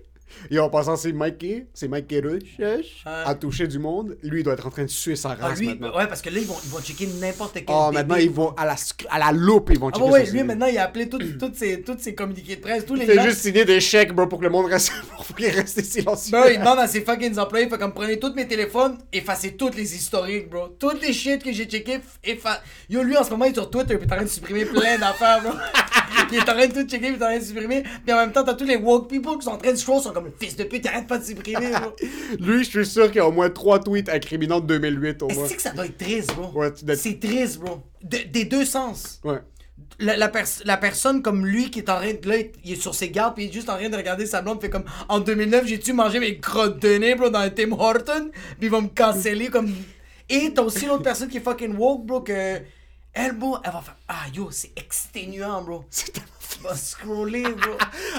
Speaker 3: Et en passant, c'est Mikey, c'est Mike Rush
Speaker 2: Ah.
Speaker 3: a touché du monde. Lui, il doit être en train de suer sa
Speaker 2: Ah,
Speaker 3: race
Speaker 2: lui,
Speaker 3: maintenant.
Speaker 2: ouais, parce que là, ils vont, ils vont checker n'importe quel.
Speaker 3: Oh,
Speaker 2: bébé.
Speaker 3: maintenant, ils vont à la, sc- à la loupe, ils vont
Speaker 2: Ah,
Speaker 3: checker
Speaker 2: ouais, ouais,
Speaker 3: ça,
Speaker 2: lui,
Speaker 3: c'est-
Speaker 2: maintenant, il a appelé tout- toutes ses, toutes ses communiqués de presse, tous les
Speaker 3: Il
Speaker 2: gens.
Speaker 3: fait juste signer des chèques, bro, pour que le monde reste, pour qu'il reste silencieux.
Speaker 2: Ben, il demande à ses fucking employés, fait comme prenez tous mes téléphones, effacez toutes les historiques, bro. Toutes les shit que j'ai checkées, effa... Yo, lui en ce moment, il est sur Twitter, puis t'es en train de supprimer plein d'affaires, bro. il est en train de tout checker, puis t'es en train de supprimer. Puis en même temps, t'as tous les woke people qui sont en train de scroll, sont comme le fils de pute, t'arrêtes pas de supprimer, bro.
Speaker 3: Lui, je suis sûr qu'il y a au moins trois tweets incriminants de 2008, au moins.
Speaker 2: Est-ce que ça doit être triste, bro?
Speaker 3: Ouais, tu dois-
Speaker 2: C'est triste, bro. De- des deux sens.
Speaker 3: Ouais.
Speaker 2: La, la, pers- la personne comme lui qui est en train de. Là, il est sur ses gardes, puis il est juste en train de regarder sa blonde, fait comme En 2009, j'ai-tu mangé mes crottes de nez, bro, dans un Tim Horton, puis ils vont me canceller comme. Et t'as aussi l'autre personne qui est fucking woke, bro, que. Elle, bro, elle va faire. Ah, yo, c'est exténuant, bro.
Speaker 3: C'est tellement
Speaker 2: Tu vas scroller, bro.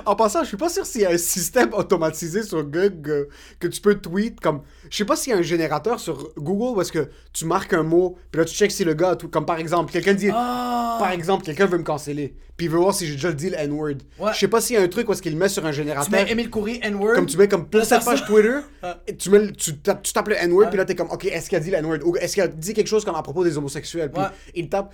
Speaker 3: En passant, je suis pas sûr s'il y a un système automatisé sur Gug euh, que tu peux tweet comme. Je sais pas s'il y a un générateur sur Google où est-ce que tu marques un mot, puis là tu checks si le gars a tout. Comme par exemple, quelqu'un dit.
Speaker 2: Ah!
Speaker 3: Par exemple, quelqu'un veut me canceller, puis il veut voir si j'ai déjà dit le N-word.
Speaker 2: Ouais.
Speaker 3: Je sais pas s'il y a un truc où est-ce qu'il le met sur un
Speaker 2: Tu
Speaker 3: générateur.
Speaker 2: mets Emile Coury, N-word.
Speaker 3: Comme tu mets comme pour
Speaker 2: Là,
Speaker 3: sa
Speaker 2: ça- Ah.
Speaker 3: page Twitter, et tu, mets, le- tu, tapes, tu tapes le N-word, puis là t'es comme, ok, est-ce qu'il a dit le N-word Ou est-ce qu'il a dit quelque chose comme à propos des homosexuels Puis
Speaker 2: Ouais.
Speaker 3: il tape.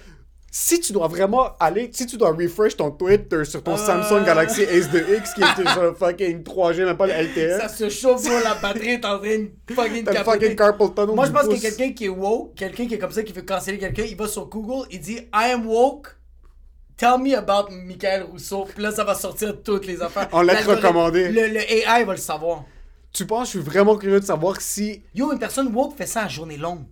Speaker 3: Si tu dois vraiment aller, si tu dois refresh ton Twitter sur ton
Speaker 2: Ah.
Speaker 3: Samsung Galaxy S2X qui est sur le fucking 3G, même pas le LTE,
Speaker 2: Ça se chauffe, bro, la batterie est en train de fucking
Speaker 3: t'as le
Speaker 2: capoter.
Speaker 3: fucking carpal tunnel.
Speaker 2: Moi, je
Speaker 3: du
Speaker 2: pense que
Speaker 3: pouce.
Speaker 2: quelqu'un qui est woke, quelqu'un qui est comme ça, qui veut canceller quelqu'un, il va sur Google, il dit I am woke, tell me about Michael Rousseau. Puis là, ça va sortir toutes les affaires.
Speaker 3: En lettres
Speaker 2: L'algorithme-
Speaker 3: recommandées.
Speaker 2: Le, le AI va le savoir.
Speaker 3: Tu penses, je suis vraiment curieux de savoir si.
Speaker 2: Yo, une personne woke fait ça à journée longue.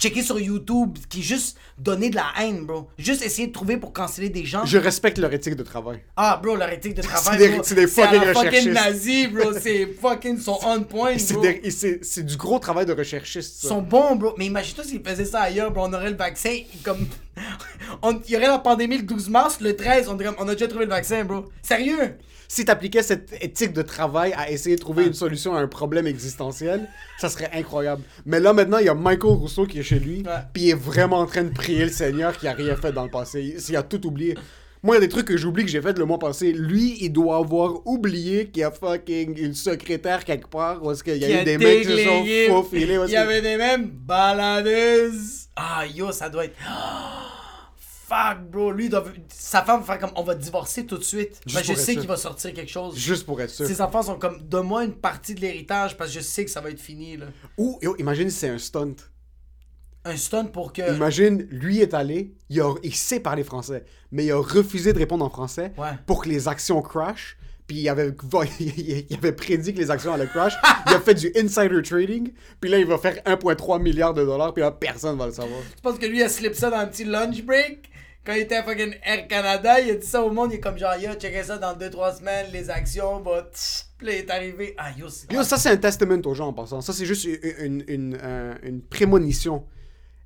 Speaker 2: Checker sur YouTube, qui est juste donner de la haine, bro. Juste essayer de trouver pour canceller des gens.
Speaker 3: Je respecte leur éthique de travail.
Speaker 2: Ah, bro, leur éthique de travail.
Speaker 3: des-
Speaker 2: bro,
Speaker 3: c'est des
Speaker 2: c'est à
Speaker 3: fucking
Speaker 2: la fucking
Speaker 3: recherchistes.
Speaker 2: nazi, bro. C'est fucking, sont on point,
Speaker 3: C'est
Speaker 2: bro.
Speaker 3: des- et C'est c'est du gros travail de recherchiste.
Speaker 2: Ils
Speaker 3: ça.
Speaker 2: sont bons, bro. Mais imagine-toi s'ils faisaient ça ailleurs, bro. On aurait le vaccin, il- comme. on- Il y aurait la pandémie le 12 mars, le 13, on, dirait, on a déjà trouvé le vaccin, bro. Sérieux?
Speaker 3: Si t'appliquais cette éthique de travail à essayer de trouver une solution à un problème existentiel, ça serait incroyable. Mais là, maintenant, il y a Michael Rousseau qui est chez lui,
Speaker 2: Ouais.
Speaker 3: puis il est vraiment en train de prier le Seigneur qui a rien fait dans le passé. Il, il a tout oublié. Moi, il y a des trucs que j'oublie que j'ai fait le mois passé. Lui, il doit avoir oublié qu'il y a fucking une secrétaire quelque part, ou est-ce qu'il y a
Speaker 2: Qui
Speaker 3: eu
Speaker 2: a
Speaker 3: des mecs qui se
Speaker 2: déglingué.
Speaker 3: sont faufilés, ou est-ce
Speaker 2: Il y
Speaker 3: que-
Speaker 2: avait des mêmes baladeuses. Ah, yo, ça doit être. Ah, Fuck, bro. Lui, il doit... sa femme va faire comme on va divorcer tout de suite.
Speaker 3: Juste
Speaker 2: Ben, je
Speaker 3: pour être
Speaker 2: sais
Speaker 3: sûr.
Speaker 2: qu'il va sortir quelque chose.
Speaker 3: Juste pour être sûr.
Speaker 2: Ses enfants sont comme donne-moi une partie de l'héritage parce que je sais que ça va être fini, là.
Speaker 3: Ou, yo, imagine si c'est un stunt.
Speaker 2: Un stun pour que.
Speaker 3: Imagine, lui est allé, il, a- il sait parler français, mais il a refusé de répondre en français
Speaker 2: Ouais.
Speaker 3: pour que les actions crash. Puis il avait, vo- il il avait prédit que les actions allaient crash. il a fait du insider trading. Puis là, il va faire 1,3 milliard de dollars. Puis là, personne va le savoir.
Speaker 2: Je pense que lui, il a slip ça dans un petit lunch break. Quand il était à fucking Air Canada, il a dit ça au monde. Il est comme genre, yo, checker ça dans 2-3 semaines, les actions, bah, tch, puis là, il est arrivé. Ah, yo, c'est.
Speaker 3: Yo, ça, c'est un testament aux gens en passant. Ça, c'est juste une, une, une, euh, une prémonition.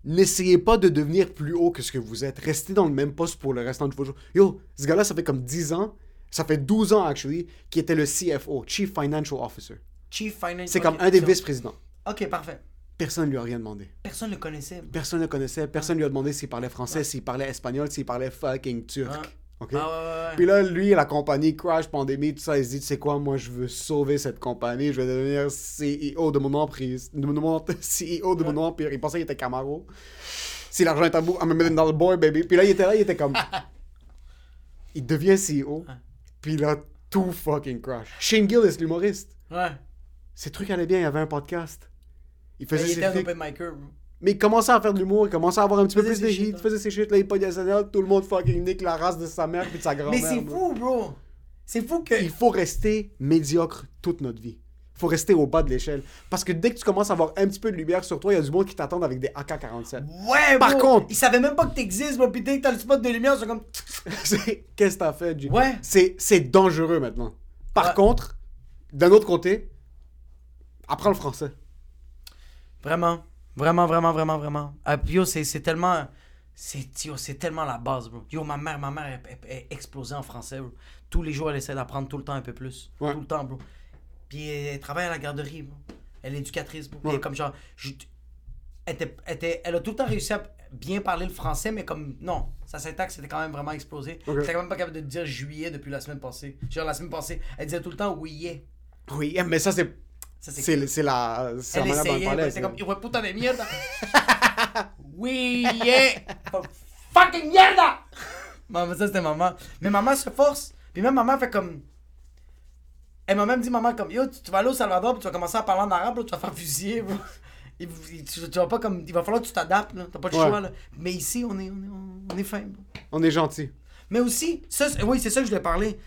Speaker 3: N'essayez pas de devenir plus haut que ce que vous êtes. Restez dans le même poste pour le restant de vos jours. Yo, ce gars-là, ça fait comme 10 ans, ça fait 12 ans, actually, qu'il était le CFO, Chief Financial Officer.
Speaker 2: Chief Financial.
Speaker 3: C'est comme un des
Speaker 2: Officer.
Speaker 3: vice-présidents.
Speaker 2: Ok, parfait.
Speaker 3: Personne ne lui a rien demandé.
Speaker 2: Personne ne le connaissait.
Speaker 3: Personne ne le connaissait. Personne ne lui a demandé s'il parlait français, s'il parlait espagnol, s'il parlait fucking turc.
Speaker 2: Ouais.
Speaker 3: OK?
Speaker 2: Ah, ouais, ouais, ouais.
Speaker 3: Puis là, lui, la compagnie crash, pandémie, tout ça, il se dit, tu sais quoi, moi, je veux sauver cette compagnie, je vais devenir CEO de mon emprise, de mon empire- CEO de mon empire. Il pensait qu'il était Camaro. Si l'argent est à bout, I'm a million dollar boy, baby. E Puis là, il était là, il était comme... il devient CEO. Puis là, Tout fucking crush. Shane Gill est l'humoriste.
Speaker 2: Ouais.
Speaker 3: Ses trucs allaient bien, il avait un podcast. Il faisait
Speaker 2: Ben, Il
Speaker 3: ses
Speaker 2: était un
Speaker 3: trucs.
Speaker 2: open micer. bro.
Speaker 3: Mais il commençait à faire de l'humour, il commençait à avoir un petit peu
Speaker 2: Faisait
Speaker 3: plus de
Speaker 2: ses shit, hein.
Speaker 3: hit,
Speaker 2: ouais.
Speaker 3: faisait ses shit, là, il pognait sa tête, tout le monde fucking nique la race de sa mère puis de sa grand-mère.
Speaker 2: Mais c'est
Speaker 3: Oh, bro.
Speaker 2: fou, bro. C'est fou que.
Speaker 3: Il faut rester médiocre toute notre vie. Il faut rester au bas de l'échelle. Parce que dès que tu commences à avoir un petit peu de lumière sur toi, il y a du monde qui t'attend avec des AK-47.
Speaker 2: Ouais,
Speaker 3: Par
Speaker 2: bro.
Speaker 3: contre-
Speaker 2: Ils savaient même pas que t'existes, bro. Puis dès que t'as le spot de lumière, ils sont comme.
Speaker 3: C'est- Qu'est-ce que t'as fait, Jim?
Speaker 2: Ouais.
Speaker 3: C'est, c'est dangereux maintenant. Par
Speaker 2: Ouais.
Speaker 3: contre, d'un autre côté, apprends le français.
Speaker 2: Vraiment. Vraiment, vraiment, vraiment, vraiment. Ah, puis yo, c'est c'est tellement. C'est yo, c'est tellement la base, bro. Yo, ma mère, ma mère est, est- est explosée en français, bro. Tous les jours, elle essaie d'apprendre tout le temps un peu plus.
Speaker 3: Ouais.
Speaker 2: Tout le temps, bro. Puis elle, elle travaille à la garderie, bro. Elle est éducatrice, bro. Puis
Speaker 3: Ouais.
Speaker 2: elle est comme genre. je- elle, était- elle était- elle a tout le temps réussi à bien parler le français, mais comme. Non, sa syntaxe était quand même vraiment explosée.
Speaker 3: Ok.
Speaker 2: Elle était quand même pas capable de dire juillet depuis la semaine passée. Genre, la semaine passée, elle disait tout le temps oui, yeah.
Speaker 3: Oui, mais ça, c'est,
Speaker 2: Ça,
Speaker 3: c'est, le- c'est la, c'est la
Speaker 2: elle
Speaker 3: manière dont
Speaker 2: essayait,
Speaker 3: il
Speaker 2: mais
Speaker 3: parlait.
Speaker 2: c'était
Speaker 3: c'est-
Speaker 2: comme, hijo de puta de mierda. oui, yeah. Comme, Fucking mierda! maman, ça c'était maman. Mais maman se force. Puis même maman fait comme. Elle m'a même dit, maman, comme, yo, tu, tu vas aller au Salvador, puis tu vas commencer à parler en arabe, là, tu vas faire fusiller, bro. Il, il- tu, tu vas pas comme. Il va falloir que tu t'adaptes, là. T'as pas le
Speaker 3: Ouais.
Speaker 2: choix, là. Mais ici, on est, on est, on est fin, bro.
Speaker 3: On est gentil.
Speaker 2: Mais aussi, ça, c'est- oui, c'est ça que je voulais parler.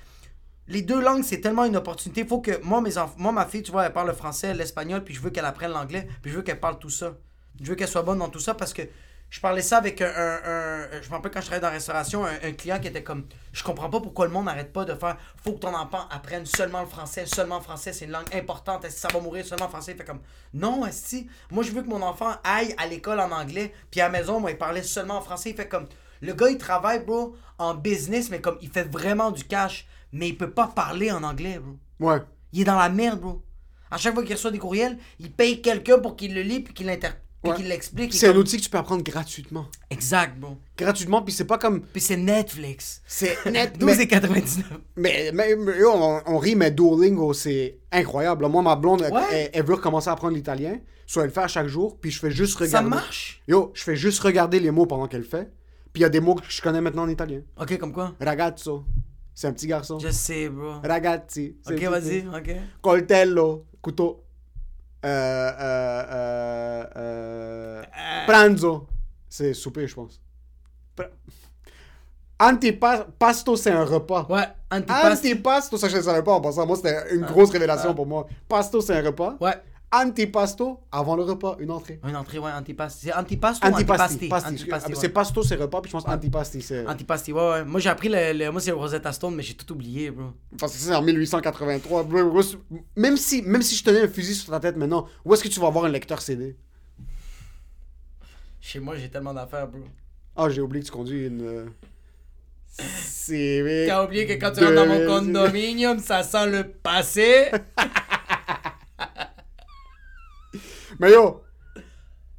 Speaker 2: Les deux langues, c'est tellement une opportunité. Faut que moi, mes enfants, moi, ma fille, tu vois, elle parle le français, l'espagnol, puis je veux qu'elle apprenne l'anglais, puis je veux qu'elle parle tout ça. Je veux qu'elle soit bonne dans tout ça parce que je parlais ça avec un. un- un- je me rappelle quand je travaillais dans la restauration, un, un client qui était comme Je comprends pas pourquoi le monde n'arrête pas de faire Faut que ton enfant apprenne seulement le français, seulement le français, c'est une langue importante, est-ce que ça va mourir seulement le français Il fait comme Non, si moi, je veux que mon enfant aille à l'école en anglais, puis à la maison, moi, il parlait seulement en français. Il fait comme le gars, il travaille, bro, en business, mais comme il fait vraiment du cash, mais il peut pas parler en anglais, bro.
Speaker 3: Ouais.
Speaker 2: Il est dans la merde, bro. À chaque fois qu'il reçoit des courriels, il paye quelqu'un pour qu'il le lit puis qu'il l'inter- puis
Speaker 3: Ouais.
Speaker 2: qu'il l'explique. Il
Speaker 3: C'est
Speaker 2: est
Speaker 3: un
Speaker 2: comme-
Speaker 3: outil que tu peux apprendre gratuitement.
Speaker 2: Exact, bro.
Speaker 3: Gratuitement, puis c'est pas comme.
Speaker 2: Puis c'est Netflix.
Speaker 3: C'est net.
Speaker 2: 12,99.
Speaker 3: Mais, mais, mais, yo, on, on rit, mais Duolingo, c'est incroyable. Moi, ma blonde, elle-
Speaker 2: Ouais.
Speaker 3: elle, elle veut recommencer à apprendre l'italien. Soit elle le fait à chaque jour, puis je fais juste regarder.
Speaker 2: Ça marche?
Speaker 3: Yo, je fais juste regarder les mots pendant qu'elle le fait. Puis il y a des mots que je connais maintenant en italien.
Speaker 2: Ok, comme quoi?
Speaker 3: Ragazzo, c'est un petit garçon.
Speaker 2: Je sais, bro.
Speaker 3: Ragazzi, c'est
Speaker 2: Ok,
Speaker 3: une petite
Speaker 2: vas-y,
Speaker 3: fille.
Speaker 2: ok.
Speaker 3: Coltello, couteau. Euh, euh, euh, euh, Pranzo, c'est souper, je pense. Pra- Antipasto, c'est un repas.
Speaker 2: Ouais, antipasto.
Speaker 3: Antipasto, ça je ne savais pas en passant. Moi, c'était une grosse révélation pour moi. Pasto, c'est un repas.
Speaker 2: Ouais.
Speaker 3: Antipasto, avant le repas, une entrée.
Speaker 2: Une entrée, ouais, antipasto. C'est antipasto ou
Speaker 3: Antipasti.
Speaker 2: Oh, antipasti?
Speaker 3: pasti.
Speaker 2: Antipasti,
Speaker 3: C'est
Speaker 2: ouais.
Speaker 3: pasto, c'est repas, puis je pense antipasti, c'est.
Speaker 2: Antipasti, ouais, ouais. Moi, j'ai appris le, le- Moi, c'est Rosetta Stone, mais j'ai tout oublié, bro.
Speaker 3: Parce que c'est en 1883. Bro, bro, c'est- Même si, même si je tenais un fusil sur ta tête maintenant, où est-ce que tu vas avoir un lecteur CD
Speaker 2: Chez moi, j'ai tellement d'affaires, bro.
Speaker 3: Ah, j'ai oublié que tu conduis une. euh, Civic.
Speaker 4: T'as oublié que quand tu rentres dans mon
Speaker 3: 2000.
Speaker 4: condominium, ça sent le passé.
Speaker 3: Mais yo,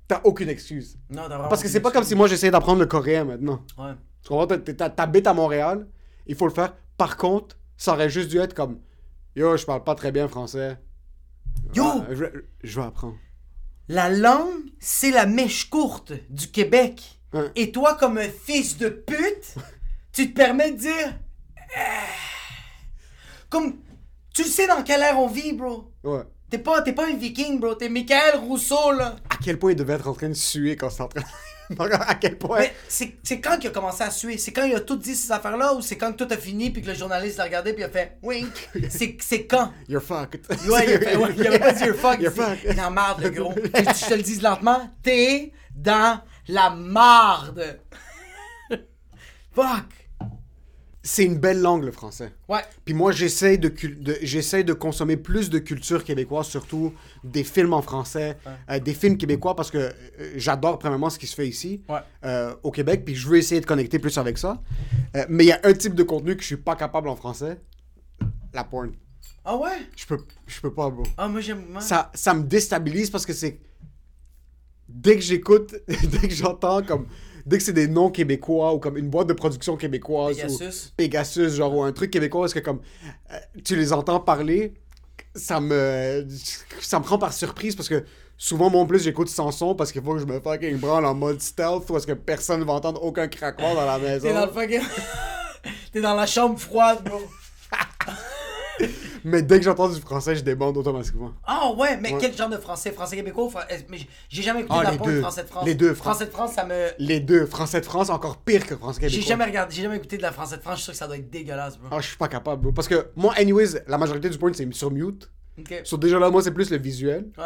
Speaker 3: t'as aucune excuse.
Speaker 2: Non, t'as vraiment
Speaker 3: Parce que
Speaker 2: aucune
Speaker 3: c'est pas comme si moi j'essayais d'apprendre le coréen maintenant.
Speaker 2: excuse. Ouais.
Speaker 3: Tu comprends? T'es- t'es- T'habites à Montréal, il faut le faire. Par contre, ça aurait juste dû être comme Yo, je parle pas très bien français.
Speaker 2: Yo!
Speaker 3: Ah, je, je vais apprendre.
Speaker 2: La langue, c'est la mèche courte du Québec.
Speaker 3: Ouais.
Speaker 2: Et toi, comme un fils de pute, tu te permets de dire. eh, Comme. Tu le sais dans quelle ère on vit, bro.
Speaker 3: Ouais.
Speaker 2: T'es pas, t'es pas un viking, bro. T'es Michael Rousseau, là.
Speaker 3: À quel point il devait être en train de suer quand c'est en train. à quel point.
Speaker 2: Mais c'est c'est quand qu'il a commencé à suer? C'est quand il a tout dit ces affaires-là ou c'est quand tout a fini puis que le journaliste l'a regardé puis il a fait wink? C'est c'est quand?
Speaker 3: You're fucked.
Speaker 2: Ouais, il a fait, ouais, il avait pas dit you're fuck.
Speaker 3: You're
Speaker 2: Il a dit,
Speaker 3: fucked.
Speaker 2: T'es en marde, le gros. Tu- Je te le dis lentement, t'es dans la marde. fuck.
Speaker 3: C'est une belle langue, le français.
Speaker 2: Ouais.
Speaker 3: Puis moi, j'essaie de, cul- de- j'essaie de consommer plus de culture québécoise, surtout des films en français, euh, des films québécois, parce que euh, j'adore premièrement ce qui se fait ici,
Speaker 2: Ouais.
Speaker 3: euh, au Québec, puis je veux essayer de connecter plus avec ça. Euh, mais il y a un type de contenu que je suis pas capable en français, la porn.
Speaker 2: Ah ouais?
Speaker 3: Je peux, je peux pas, bro.
Speaker 2: Ah, moi j'aime. moi-
Speaker 3: Ça, ça me déstabilise parce que c'est... Dès que j'écoute, dès que j'entends comme... Dès que c'est des noms québécois ou comme une boîte de production québécoise ou-
Speaker 2: Pegasus.
Speaker 3: Pegasus, genre, ou un truc québécois, est-ce que comme euh, tu les entends parler, ça me, ça me prend par surprise parce que souvent, moi en plus, j'écoute sans son parce qu'il faut que je me fucking branle en mode stealth ou est-ce que personne ne va entendre aucun craquement dans la maison.
Speaker 2: T'es dans le fucking. T'es dans la chambre froide, bro.
Speaker 3: Mais dès que j'entends du français, je débande automatiquement.
Speaker 2: Ah ouais, mais
Speaker 3: Ouais.
Speaker 2: quel genre de français Français québécois ou fra- eh, Mais j- j'ai jamais écouté
Speaker 3: Ah,
Speaker 2: la
Speaker 3: les
Speaker 2: pompe
Speaker 3: deux.
Speaker 2: français de France.
Speaker 3: Les deux, Fran-
Speaker 2: français de France, ça me.
Speaker 3: Les deux, français de France, encore pire que français québécois.
Speaker 2: J'ai jamais regardé, j'ai jamais écouté de la français de France. Je suis sûr que ça doit être dégueulasse, bro.
Speaker 3: Ah, je suis pas capable, bro. Parce que moi, anyways, la majorité du porn, c'est sur mute.
Speaker 2: Ok.
Speaker 3: Sur déjà là, moi, c'est plus le visuel.
Speaker 2: Ouais.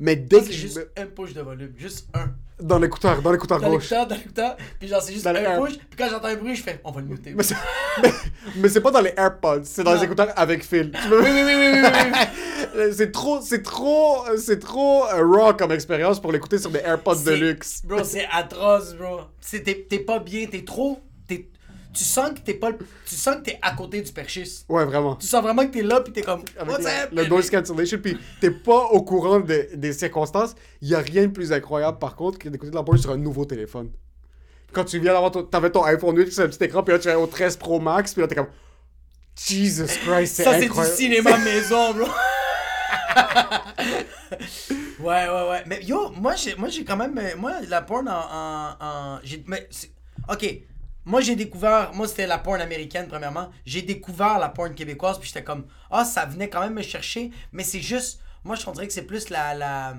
Speaker 3: Mais Ah. dès que
Speaker 2: Ah, C'est
Speaker 3: je...
Speaker 2: juste un push de volume, juste un.
Speaker 3: Dans l'écouteur, dans l'écouteur
Speaker 2: Dans
Speaker 3: gauche.
Speaker 2: l'écouteur, dans l'écouteur, puis genre c'est juste
Speaker 3: Dans le
Speaker 2: un
Speaker 3: air.
Speaker 2: push, puis quand j'entends un bruit, je fais on va le muter.
Speaker 3: Mais c'est... mais- mais c'est pas dans les AirPods, c'est dans
Speaker 2: Non.
Speaker 3: les écouteurs avec fil. Tu peux-
Speaker 2: Oui, oui, oui, oui, oui, oui, oui.
Speaker 3: c'est trop, c'est trop, c'est trop euh, raw comme expérience pour l'écouter sur des AirPods de
Speaker 2: C'est-
Speaker 3: luxe.
Speaker 2: Bro, c'est atroce, bro. C'est- T'es t'es pas bien, t'es trop. t'es- tu sens que t'es pas. le- Tu sens que t'es à côté du perchiste.
Speaker 3: Ouais, vraiment.
Speaker 2: Tu sens vraiment que t'es là, puis t'es comme.
Speaker 3: Avec
Speaker 2: What's up,
Speaker 3: le, le
Speaker 2: baby?
Speaker 3: noise cancellation, puis t'es pas au courant de- des circonstances. Il y a rien de plus incroyable, par contre, que d'écouter de la porn sur un nouveau téléphone. Quand tu viens d'avoir ton, t'avais ton iPhone 8 sur un petit écran, puis là, tu vas au 13 Pro Max, puis là, t'es comme... Jesus Christ, c'est
Speaker 2: Ça, c'est
Speaker 3: incroyable.
Speaker 2: du cinéma maison, bro. ouais, ouais, ouais. Mais yo, moi, j'ai, moi, j'ai quand même. euh, Moi, la porn en. en- en- j'ai- mais c'est- ok. Moi, j'ai découvert. Moi, c'était la porn américaine, premièrement. J'ai découvert la porn québécoise, puis j'étais comme. Ah, ça venait quand même me chercher. Mais c'est juste. Moi, je dirais que c'est plus la. la...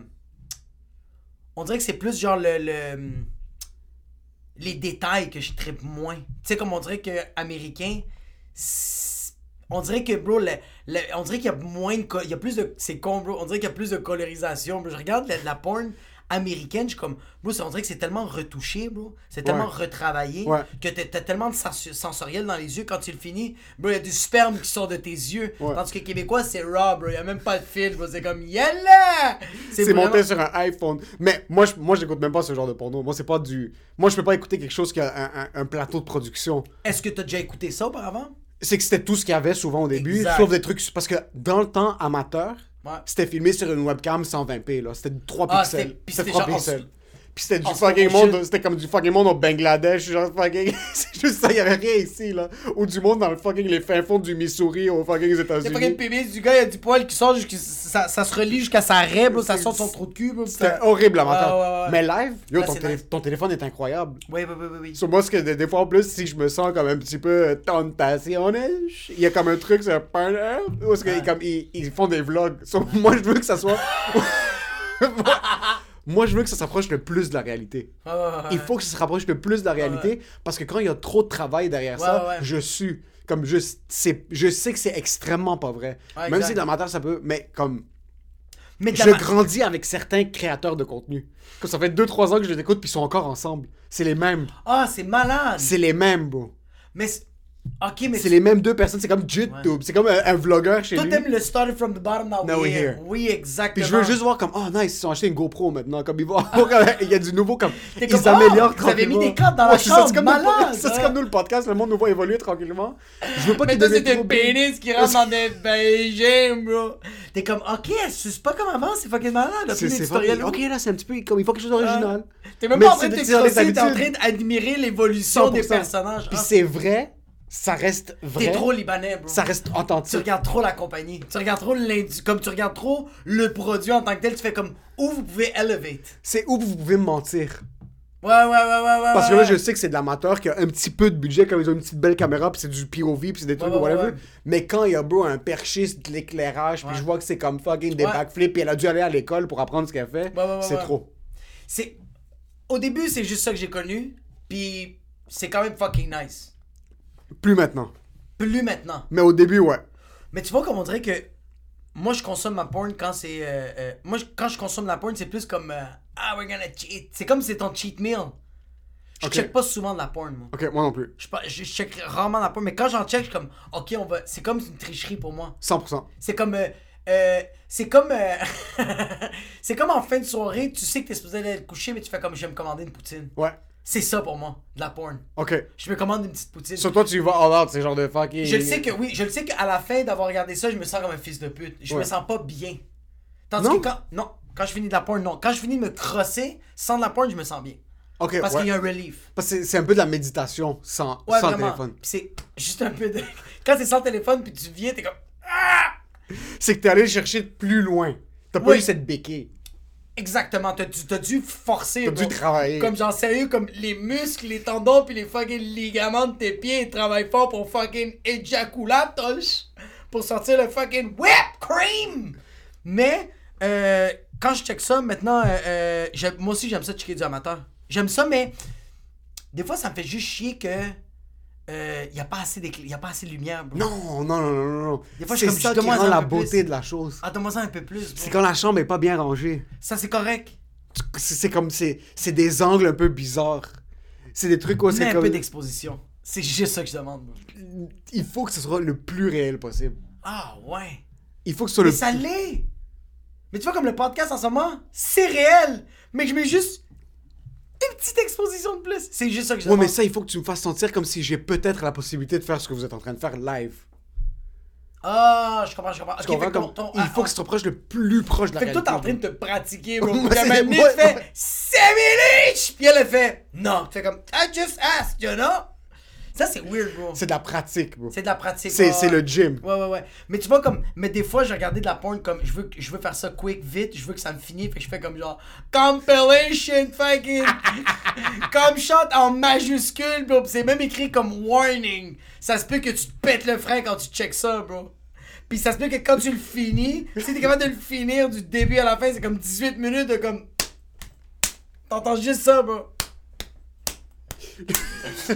Speaker 2: On dirait que c'est plus genre le. le- Les détails que je tripe moins. Tu sais, comme on dirait que américain, c'est- on dirait que, bro, le- le- on dirait qu'il y a moins de. co- Il y a plus de. C'est con, bro. On dirait qu'il y a plus de colorisation. bro. Je regarde la, la porn américaine, je suis comme. Bro, c'est- on dirait que c'est tellement retouché, bro. C'est tellement
Speaker 3: Ouais.
Speaker 2: retravaillé
Speaker 3: Ouais.
Speaker 2: que t'as t'as tellement de sensu- sensoriel dans les yeux quand tu le finis. Bro, il y a du sperme qui sort de tes yeux.
Speaker 3: Ouais.
Speaker 2: Tandis que québécois, c'est raw, bro. Il y a même pas de fil, bro. C'est comme. Yalla!
Speaker 3: C'est
Speaker 2: vraiment-
Speaker 3: monté sur un iPhone. Mais moi, je, moi, j'écoute même pas ce genre de porno. Moi, c'est pas du. Moi, je peux pas écouter quelque chose qui a un, un- un plateau de production.
Speaker 2: Est-ce que t'as déjà écouté ça auparavant?
Speaker 3: C'est que c'était tout ce qu'il y avait souvent au début,
Speaker 2: Exact.
Speaker 3: sauf des trucs. Parce que dans le temps amateur,
Speaker 2: Ouais.
Speaker 3: c'était filmé sur une webcam 120p. là. C'était 3
Speaker 2: Ah,
Speaker 3: pixels.
Speaker 2: c'était- puis c'était
Speaker 3: C'était 3
Speaker 2: genre en-
Speaker 3: pixels. Puis c'était
Speaker 2: en
Speaker 3: du fucking monde.
Speaker 2: sous-région.
Speaker 3: C'était comme du fucking monde au Bangladesh. Genre fucking. c'est juste ça, y avait rien ici, là. Ou du monde dans le fucking les fins fonds du Missouri aux fucking
Speaker 2: C'est pas qu'une
Speaker 3: États-Unis.
Speaker 2: pubis du gars, il y a du poil qui sort, jusqu'à- ça, ça se relie jusqu'à sa raie, bro, ça sort de son trou de cul. bro,
Speaker 3: C'était
Speaker 2: ça-
Speaker 3: horrible amateur.
Speaker 2: Ouais, ouais, ouais.
Speaker 3: Mais live, yo,
Speaker 2: Là,
Speaker 3: ton
Speaker 2: c'est
Speaker 3: télé-
Speaker 2: nice.
Speaker 3: ton téléphone est incroyable.
Speaker 2: Oui, oui, oui, oui. oui.
Speaker 3: Sur moi, ce que des, des fois en plus, si je me sens comme un petit peu tentationné, il y a comme un truc sur Pornhub où est-ce que
Speaker 2: Ouais.
Speaker 3: comme, ils, ils font des vlogs. Sur- moi, je veux que ça soit. moi, moi, je veux que ça s'approche le plus de la réalité.
Speaker 2: Ouais, Ah, ouais, ouais, ouais.
Speaker 3: Il faut que ça se rapproche le plus de la réalité parce que quand il y a trop de travail derrière
Speaker 2: Ouais,
Speaker 3: ça,
Speaker 2: ouais.
Speaker 3: je suis. Comme je, c'est- je sais que c'est extrêmement pas vrai.
Speaker 2: Ouais,
Speaker 3: Même
Speaker 2: exact.
Speaker 3: si de l'amateur, ça peut. Mais comme.
Speaker 2: Mais
Speaker 3: Je
Speaker 2: t'as ma-
Speaker 3: grandis avec certains créateurs de contenu. Comme ça fait 2-3 ans que je les écoute puis ils sont encore ensemble. C'est les mêmes.
Speaker 2: Ah, c'est malade!
Speaker 3: C'est les mêmes, bro.
Speaker 2: Mais. c'est- Ok, mais.
Speaker 3: C'est les mêmes deux personnes, c'est comme YouTube,
Speaker 2: Ouais.
Speaker 3: c'est comme un, un vlogueur chez
Speaker 2: Toi,
Speaker 3: lui.
Speaker 2: t'aimes le started from the bottom, now,
Speaker 3: Now
Speaker 2: we're
Speaker 3: we're
Speaker 2: here.
Speaker 3: here.
Speaker 2: Oui, exactement.
Speaker 3: Puis je veux juste voir comme, oh nice, ils ont acheté une GoPro maintenant, comme ils vont avoir- il y a du nouveau, comme,
Speaker 2: T'es
Speaker 3: ils
Speaker 2: comme,
Speaker 3: améliorent
Speaker 2: oh, vous avez mis
Speaker 3: tranquillement.
Speaker 2: des cadres dans la
Speaker 3: c'est ça, c'est
Speaker 2: chambre,
Speaker 3: comme nous-
Speaker 2: malade,
Speaker 3: Ça, c'est
Speaker 2: ouais.
Speaker 3: comme nous le podcast, le monde nous voit évoluer tranquillement. Je veux pas
Speaker 2: Mais
Speaker 3: qu'ils
Speaker 2: toi,
Speaker 3: deviennent
Speaker 2: c'est
Speaker 3: trop
Speaker 2: un
Speaker 3: big.
Speaker 2: pénis qui rentre dans des beijing, bro! T'es comme, ok, elle suce pas comme avant, c'est fucking malade, là,
Speaker 3: C'est
Speaker 2: puis les
Speaker 3: c'est
Speaker 2: tutoriels.
Speaker 3: fucking- Ok, là, c'est un petit peu, comme, il faut quelque chose d'original.
Speaker 2: T'es même
Speaker 3: Mais
Speaker 2: pas en train
Speaker 3: c'est
Speaker 2: de
Speaker 3: des- c'est dans les
Speaker 2: t'exciter, t'es en train
Speaker 3: habitudes.
Speaker 2: d'admirer l'évolution des
Speaker 3: 100%.
Speaker 2: personnages.
Speaker 3: Puis
Speaker 2: Ah,
Speaker 3: c'est vrai, ça reste vrai.
Speaker 2: T'es trop libanais, bro.
Speaker 3: Ça reste
Speaker 2: tu
Speaker 3: authentique.
Speaker 2: regardes trop la compagnie. Tu regardes trop l'indu... Comme tu regardes trop le produit en tant que tel, tu fais comme où vous pouvez elevate.
Speaker 3: C'est où vous pouvez me mentir.
Speaker 2: Ouais, ouais, ouais, ouais, ouais.
Speaker 3: Parce que
Speaker 2: ouais,
Speaker 3: là,
Speaker 2: ouais.
Speaker 3: je sais que c'est de l'amateur qui a un petit peu de budget, comme ils ont une petite belle caméra, puis c'est du POV, puis c'est des trucs,
Speaker 2: ouais, ouais,
Speaker 3: whatever.
Speaker 2: ouais.
Speaker 3: Mais quand il y a, bro, un perchiste, de l'éclairage, puis je vois que c'est comme fucking des
Speaker 2: Ouais.
Speaker 3: backflips, puis elle a dû aller à l'école pour apprendre ce qu'elle fait,
Speaker 2: Ouais, ouais, ouais,
Speaker 3: c'est
Speaker 2: ouais.
Speaker 3: trop.
Speaker 2: C'est... Au début, c'est juste ça que j'ai connu. Puis c'est quand même fucking nice.
Speaker 3: Plus maintenant.
Speaker 2: Plus maintenant.
Speaker 3: Mais au début, ouais.
Speaker 2: Mais tu vois, comme on dirait que moi, je consomme ma porn quand c'est. euh, euh, moi, je- quand je consomme la porn, c'est plus comme. euh, ah, we're gonna cheat. C'est comme si c'est ton cheat meal. Je
Speaker 3: Ok.
Speaker 2: check pas souvent de la porn, moi.
Speaker 3: Ok, moi non plus.
Speaker 2: Je, pas- je check rarement la porn, mais quand j'en check, je suis comme. Ok, on va. C'est comme une tricherie pour moi.
Speaker 3: 100%.
Speaker 2: C'est comme. euh, euh, c'est comme. euh, c'est comme en fin de soirée, tu sais que t'es supposé aller te coucher, mais tu fais comme je vais me commander une poutine.
Speaker 3: Ouais.
Speaker 2: C'est ça pour moi, de la porn.
Speaker 3: Ok.
Speaker 2: Je me commande une petite poutine.
Speaker 3: Sur toi, tu y vas all out, c'est genre de fucking.
Speaker 2: Je le sais que oui, je le sais qu'à la fin d'avoir regardé ça, je me sens comme un fils de pute. Je me
Speaker 3: Ouais.
Speaker 2: sens pas bien. Tandis
Speaker 3: Non?
Speaker 2: que quand. Non, quand je finis de la porn, non. Quand je finis de me crosser, sans de la porn, je me sens bien.
Speaker 3: Ok,
Speaker 2: Parce
Speaker 3: ouais.
Speaker 2: qu'il y a un relief.
Speaker 3: Parce que c'est- c'est un peu de la méditation sans,
Speaker 2: Ouais,
Speaker 3: sans
Speaker 2: vraiment.
Speaker 3: téléphone.
Speaker 2: Puis c'est juste un peu de. Quand c'est sans téléphone, puis tu viens, t'es comme.
Speaker 3: C'est que t'es allé le chercher de plus loin. T'as pas
Speaker 2: Oui.
Speaker 3: eu cette béquille.
Speaker 2: Exactement, t'as dû, t'as dû forcer.
Speaker 3: T'as dû
Speaker 2: bro.
Speaker 3: travailler.
Speaker 2: Comme genre sérieux, comme les muscles, les tendons, puis les fucking ligaments de tes pieds, ils travaillent fort pour fucking éjaculators. pour sortir le fucking whip cream. Mais euh, quand je check ça, maintenant, euh, euh, j'aime- moi aussi j'aime ça checker du amateur. J'aime ça, mais des fois ça me fait juste chier que il n'y a, pas assez d'écl- y a pas assez de lumière. bro.
Speaker 3: Non, non, non, non, non, non.
Speaker 2: Des fois, je suis
Speaker 3: c'est
Speaker 2: comme ça,
Speaker 3: ça qui
Speaker 2: donne-moi
Speaker 3: rend
Speaker 2: un
Speaker 3: la
Speaker 2: peu
Speaker 3: beauté
Speaker 2: plus.
Speaker 3: de la chose.
Speaker 2: Ah, donne-moi ça un peu plus. bro.
Speaker 3: C'est quand la chambre est pas bien rangée.
Speaker 2: Ça c'est correct.
Speaker 3: Tu- C'est c'est comme, c'est c'est des angles un peu bizarres. C'est des trucs où
Speaker 2: Mais
Speaker 3: c'est
Speaker 2: un
Speaker 3: comme...
Speaker 2: peu d'exposition. C'est juste ça que je demande. bro.
Speaker 3: Il faut que ce soit le plus réel possible.
Speaker 2: Ah ouais.
Speaker 3: Il faut que ce soit
Speaker 2: Mais
Speaker 3: le...
Speaker 2: ça l'est! Mais tu vois, comme le podcast en ce moment, c'est réel! Mais je mets juste une petite exposition de plus. C'est juste ça que je
Speaker 3: Ouais, mais
Speaker 2: demande.
Speaker 3: ça, il faut que tu me fasses sentir comme si j'ai peut-être la possibilité de faire ce que vous êtes en train de faire live.
Speaker 2: Ah, je comprends, je comprends.
Speaker 3: Tu
Speaker 2: Ok, fait
Speaker 3: comprends?
Speaker 2: que
Speaker 3: Comme-
Speaker 2: ton- ton-
Speaker 3: il faut que ça te proche le plus proche de la
Speaker 2: Fait que toi,
Speaker 3: réalité.
Speaker 2: t'es en train de te pratiquer, bro.
Speaker 3: Moi,
Speaker 2: Puis la
Speaker 3: c'est-
Speaker 2: même minute,
Speaker 3: moi-
Speaker 2: tu fais
Speaker 3: moi-
Speaker 2: « Sammy Leach! » Puis elle, elle fait « Non! » Tu fais comme « I just asked, you know? » Ça, c'est weird, bro.
Speaker 3: C'est de la pratique, bro.
Speaker 2: C'est de la pratique.
Speaker 3: C'est
Speaker 2: ouais,
Speaker 3: c'est
Speaker 2: ouais.
Speaker 3: le gym.
Speaker 2: Ouais, ouais, ouais. Mais tu vois, comme. Mais des fois, j'ai regardé de la porn comme. Je veux, que- je veux faire ça quick, vite. Je veux que ça me finisse. Fait que je fais comme genre. Compilation fucking. comme shot en majuscule, bro. Puis C'est même écrit comme warning. Ça se peut que tu te pètes le frein quand tu checks ça, bro. Puis ça se peut que quand tu le finis, si t'es capable de le finir du début à la fin, c'est comme 18 minutes de comme. T'entends juste ça, bro.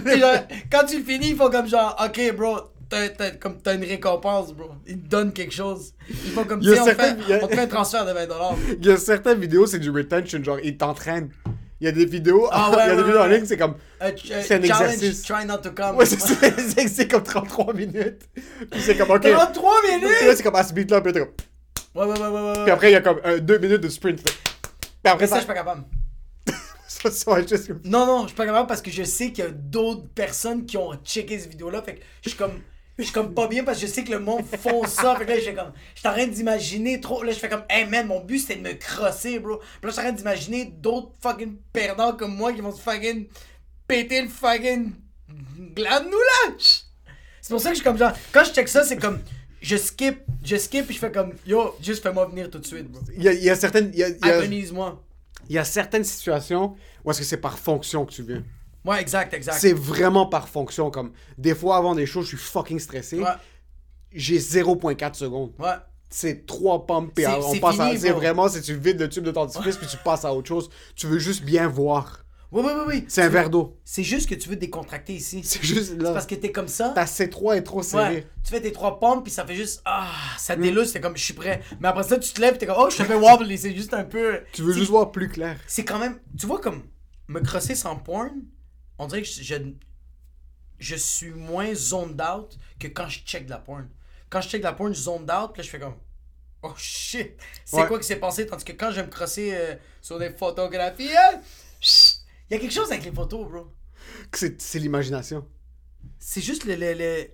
Speaker 2: Puis genre, quand tu le finis, ils font comme genre, ok, bro, t'as, t'as- comme t'as une récompense, bro. Ils te donnent quelque chose. Ils font comme,
Speaker 3: Il y a
Speaker 2: tiens, on, te
Speaker 3: certains-
Speaker 2: fait-
Speaker 3: il y a-
Speaker 2: on te fait un transfert de 20$. bro.
Speaker 3: Il y a certaines vidéos, c'est du retention, genre, ils t'entraînent. Il y a des vidéos,
Speaker 2: Ah
Speaker 3: il y a
Speaker 2: ouais,
Speaker 3: des
Speaker 2: ouais,
Speaker 3: vidéos en
Speaker 2: ouais.
Speaker 3: ligne, c'est comme...
Speaker 2: Un Euh, ch- un
Speaker 3: C'est un
Speaker 2: challenge,
Speaker 3: exercice.
Speaker 2: try not to come.
Speaker 3: Ouais, c'est- c'est c'est- c'est comme 33 minutes. Puis c'est comme, OK.
Speaker 2: 33
Speaker 3: Puis là,
Speaker 2: minutes!
Speaker 3: c'est comme à ce beat-là, puis là, t'es comme...
Speaker 2: Ouais, ouais, ouais, ouais, ouais. ouais.
Speaker 3: Puis après, il y a comme 2 minutes de sprint. Puis après
Speaker 2: Après ça,
Speaker 3: ça,
Speaker 2: je suis pas capable.
Speaker 3: ça, ça va être juste comme...
Speaker 2: Non, non, je suis pas capable parce que je sais qu'il y a d'autres personnes qui ont checké cette vidéo-là. Fait que je suis comme. Je suis comme pas bien parce que je sais que le monde font ça. Fait que là, j'ai comme. Je suis en train d'imaginer trop. Là, je fais comme. Hey man, mon but c'était de me crosser, bro. Puis là, je suis en train d'imaginer d'autres fucking perdants comme moi qui vont se fucking péter le fucking. glande nous lâche! C'est pour ça que je suis comme genre. Quand je check ça, c'est comme. Je skip, je skip, puis je fais comme. Yo, juste fais-moi venir tout de suite, bro.
Speaker 3: Il y a, il y a certaines... il y a- il y a-
Speaker 2: Agonise-moi.
Speaker 3: il y a certaines situations où est-ce que c'est par fonction que tu viens.
Speaker 2: Ouais, exact, exact.
Speaker 3: C'est vraiment par fonction. Comme des fois avant des choses, je suis fucking stressé.
Speaker 2: Ouais,
Speaker 3: J'ai 0.4 secondes.
Speaker 2: ouais.
Speaker 3: C'est trois pompes et
Speaker 2: C'est-
Speaker 3: on
Speaker 2: c'est
Speaker 3: passe à.
Speaker 2: fini,
Speaker 3: C'est
Speaker 2: bro.
Speaker 3: vraiment, c'est tu vides le tube de ton dentifrice puis tu passes à autre chose. Tu veux juste bien voir.
Speaker 2: Oui, oui, oui, oui.
Speaker 3: C'est un verre d'eau.
Speaker 2: C'est juste que tu veux te décontracter ici. C'est
Speaker 3: C'est juste là.
Speaker 2: parce que t'es comme ça.
Speaker 3: Ta C3 est trop serrée.
Speaker 2: Ouais, tu fais tes trois pompes, puis ça fait juste. Ah,
Speaker 3: Mm.
Speaker 2: ça délousse, t'es comme, je suis prêt. Mais après ça, tu te lèves, t'es comme, oh, je te fais wobbly. C'est juste un peu.
Speaker 3: Tu veux
Speaker 2: C'est-
Speaker 3: juste voir plus clair.
Speaker 2: C'est quand même. Tu vois, comme, me crosser sans porn, on dirait que je, je, je suis moins zoned out que quand je check de la porn. Quand je check de la porn, je zoned out, puis là, je fais comme. Oh shit! C'est
Speaker 3: Ouais.
Speaker 2: quoi qui s'est passé? Tandis que quand je vais me crosser euh, sur des photographies, il y a quelque chose avec les photos, bro.
Speaker 3: C'est c'est l'imagination.
Speaker 2: C'est juste le, le, le-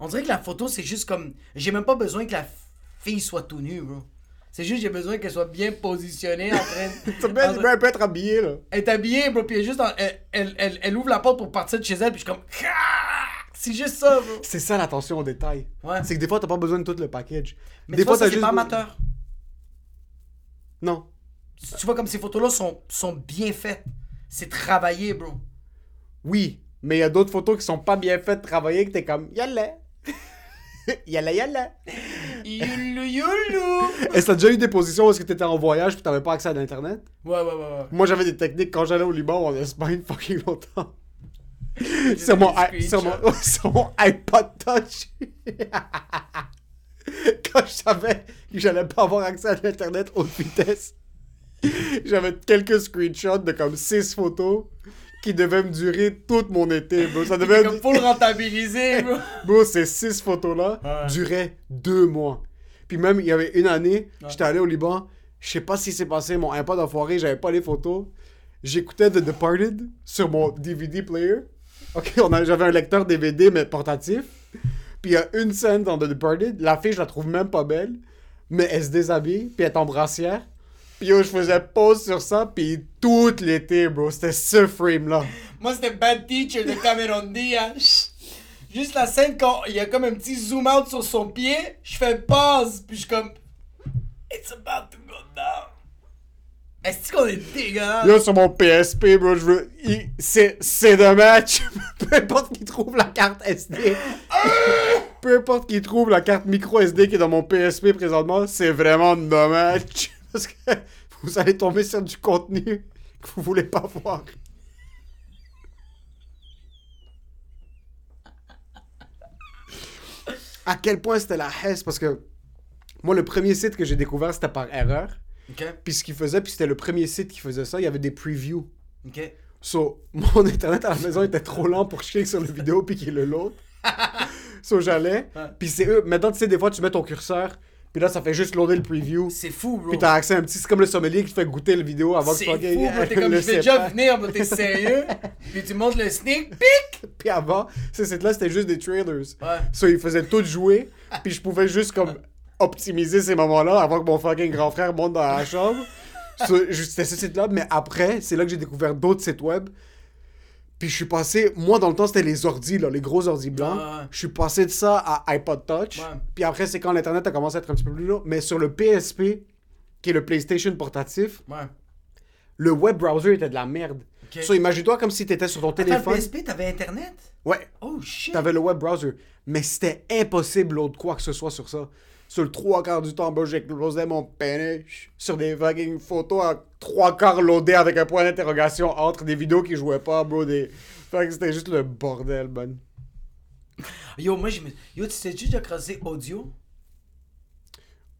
Speaker 2: On dirait que la photo, c'est juste comme. J'ai même pas besoin que la fille soit tout nue, bro. C'est juste, j'ai besoin qu'elle soit bien positionnée en train.
Speaker 3: Tu peux,
Speaker 2: en-
Speaker 3: tu peux un peu être habillé là.
Speaker 2: Elle est habillée, bro, puis elle, est juste en- elle, elle, elle- elle ouvre la porte pour partir de chez elle, puis je suis comme. C'est juste ça, bro.
Speaker 3: C'est ça l'attention au détail.
Speaker 2: Ouais.
Speaker 3: C'est que des fois, t'as pas besoin de tout le package.
Speaker 2: Mais
Speaker 3: des
Speaker 2: tu vois,
Speaker 3: fois,
Speaker 2: ça,
Speaker 3: t'as
Speaker 2: c'est
Speaker 3: juste.
Speaker 2: pas amateur.
Speaker 3: Non.
Speaker 2: Tu vois, comme ces photos-là sont, sont bien faites. C'est travaillé, bro.
Speaker 3: Oui, mais il y a d'autres photos qui sont pas bien faites, travaillées, que t'es comme, yalla. yalla, yalla.
Speaker 2: Youlou, youlou.
Speaker 3: Est-ce que t'as déjà eu des positions où est-ce que t'étais en voyage puis t'avais pas accès à l'internet?
Speaker 2: Ouais, ouais, ouais, ouais.
Speaker 3: Moi, j'avais des techniques quand j'allais au Liban ou en Espagne fucking longtemps. sur, mon, i- sur, mon, sur mon iPod Touch. quand je savais que j'allais pas avoir accès à l'internet haute vitesse, j'avais quelques screenshots de comme 6 photos qui devaient me durer toute mon été. bro. Ça devait
Speaker 2: C'est comme pour le rentabiliser, bro.
Speaker 3: Bro, ces six photos-là
Speaker 2: Ouais.
Speaker 3: duraient deux mois. Puis même, il y avait une année, j'étais allé au Liban, je sais pas si c'est passé, mon iPod a foiré, j'avais pas les photos. J'écoutais The Departed sur mon DVD player. Ok, on a- j'avais un lecteur DVD, mais portatif. Puis il y a une scène dans The Departed, la fille, je la trouve même pas belle, mais elle se déshabille, puis elle est en brassière. Puis yo, je faisais pause sur ça, puis tout l'été, bro, c'était ce frame-là.
Speaker 2: Moi, c'était Bad Teacher de Cameron Diaz. Juste la scène quand il y a comme un petit zoom out sur son pied, je fais pause, puis je suis comme. It's about to go down. Est-ce qu'on est dégueulasse?
Speaker 3: Là, sur mon PSP, bro, je veux. il- C'est, c'est de match. Peu importe qui trouve la carte SD. Peu peu importe qui trouve la carte micro SD qui est dans mon PSP présentement, c'est vraiment dommage. Parce que vous allez tomber sur du contenu que vous voulez pas voir. À quel point c'était la hesse parce que moi le premier site que j'ai découvert c'était par erreur.
Speaker 2: Ok,
Speaker 3: Puis ce qu'il faisait, puis c'était le premier site qui faisait ça, il y avait des previews.
Speaker 2: ok.
Speaker 3: So, mon internet à la maison était trop lent pour cliquer sur le vidéo puis qu'il est l'autre. so, j'allais. Puis c'est eux. Maintenant, tu sais, des fois, tu mets ton curseur. Puis là, ça fait juste loader le preview.
Speaker 2: C'est fou, bro.
Speaker 3: Puis t'as accès à un petit. C'est comme le sommelier qui te fait goûter le vidéo avant que
Speaker 2: C'est
Speaker 3: tu sois gay.
Speaker 2: fou, bro. T'es comme,
Speaker 3: Le
Speaker 2: je vais déjà
Speaker 3: sépare.
Speaker 2: venir, bro. T'es sérieux? Puis tu montes le sneak peek.
Speaker 3: Puis avant, ce site-là, c'était juste des traders.
Speaker 2: Ouais.
Speaker 3: So, ils faisaient tout jouer. Puis je pouvais juste comme optimiser ces moments-là avant que mon fucking grand frère monte dans la chambre. So, je- c'était ce site-là. Mais après, c'est là que j'ai découvert d'autres sites web. Puis je suis passé, moi dans le temps c'était les ordis, là, les gros ordis blancs.
Speaker 2: Ouais, ouais.
Speaker 3: Je suis passé de ça à iPod Touch.
Speaker 2: Ouais.
Speaker 3: Puis après c'est quand l'internet a commencé à être un petit peu plus long. Mais sur le PSP, qui est le PlayStation portatif,
Speaker 2: Ouais.
Speaker 3: le web browser était de la merde.
Speaker 2: Ok.
Speaker 3: So, imagine-toi comme si t'étais sur ton
Speaker 2: Attends,
Speaker 3: téléphone.
Speaker 2: le PSP, t'avais Internet?
Speaker 3: Ouais,
Speaker 2: Oh, shit.
Speaker 3: T'avais le web browser. Mais c'était impossible l'autre quoi que ce soit sur ça. Sur le trois quarts du temps, ben, j'explosais mon péniche sur des fucking photos à trois quarts loadées avec un point d'interrogation entre des vidéos qui jouaient pas, bro. Des... Fait que c'était juste le bordel, man.
Speaker 2: Yo, moi, j'ai... mis- Yo, tu t'es déjà croisé audio?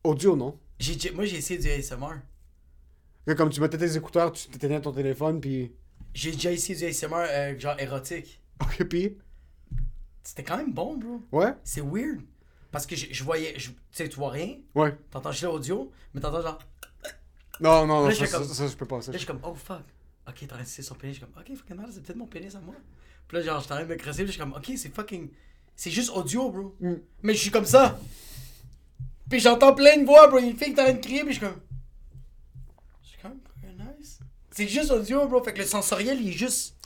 Speaker 3: Audio, non?
Speaker 2: J'ai... j'ai- Moi, j'ai essayé du ASMR.
Speaker 3: Que Comme tu mettais tes écouteurs, tu t'éteignais ton téléphone, puis...
Speaker 2: J'ai déjà essayé du ASMR, euh, genre érotique.
Speaker 3: Ok, puis...
Speaker 2: C'était quand même bon, bro.
Speaker 3: Ouais?
Speaker 2: C'est weird. Parce que je, je voyais... je- Tu sais, tu vois rien.
Speaker 3: Ouais.
Speaker 2: T'entends juste l'audio, mais t'entends genre...
Speaker 3: Non, non, non,
Speaker 2: Là,
Speaker 3: ça,
Speaker 2: je fais
Speaker 3: ça,
Speaker 2: comme-
Speaker 3: ça, je peux pas. ça,
Speaker 2: Là, je
Speaker 3: je-
Speaker 2: suis comme, oh fuck. Ok, t'as resté son pénis. Je suis comme, ok, fucking hell, c'est peut-être mon pénis à moi. Puis là, genre, je t'arrête de me creuser. Puis je suis comme, ok, c'est fucking. C'est juste audio, bro.
Speaker 3: Mm.
Speaker 2: Mais je suis comme ça. Puis j'entends plein de voix, bro. Il y a Une fille qui t'arrête de crier. Puis je suis comme. C'est quand même fucking nice. C'est juste audio, bro. Fait que le sensoriel, il est juste.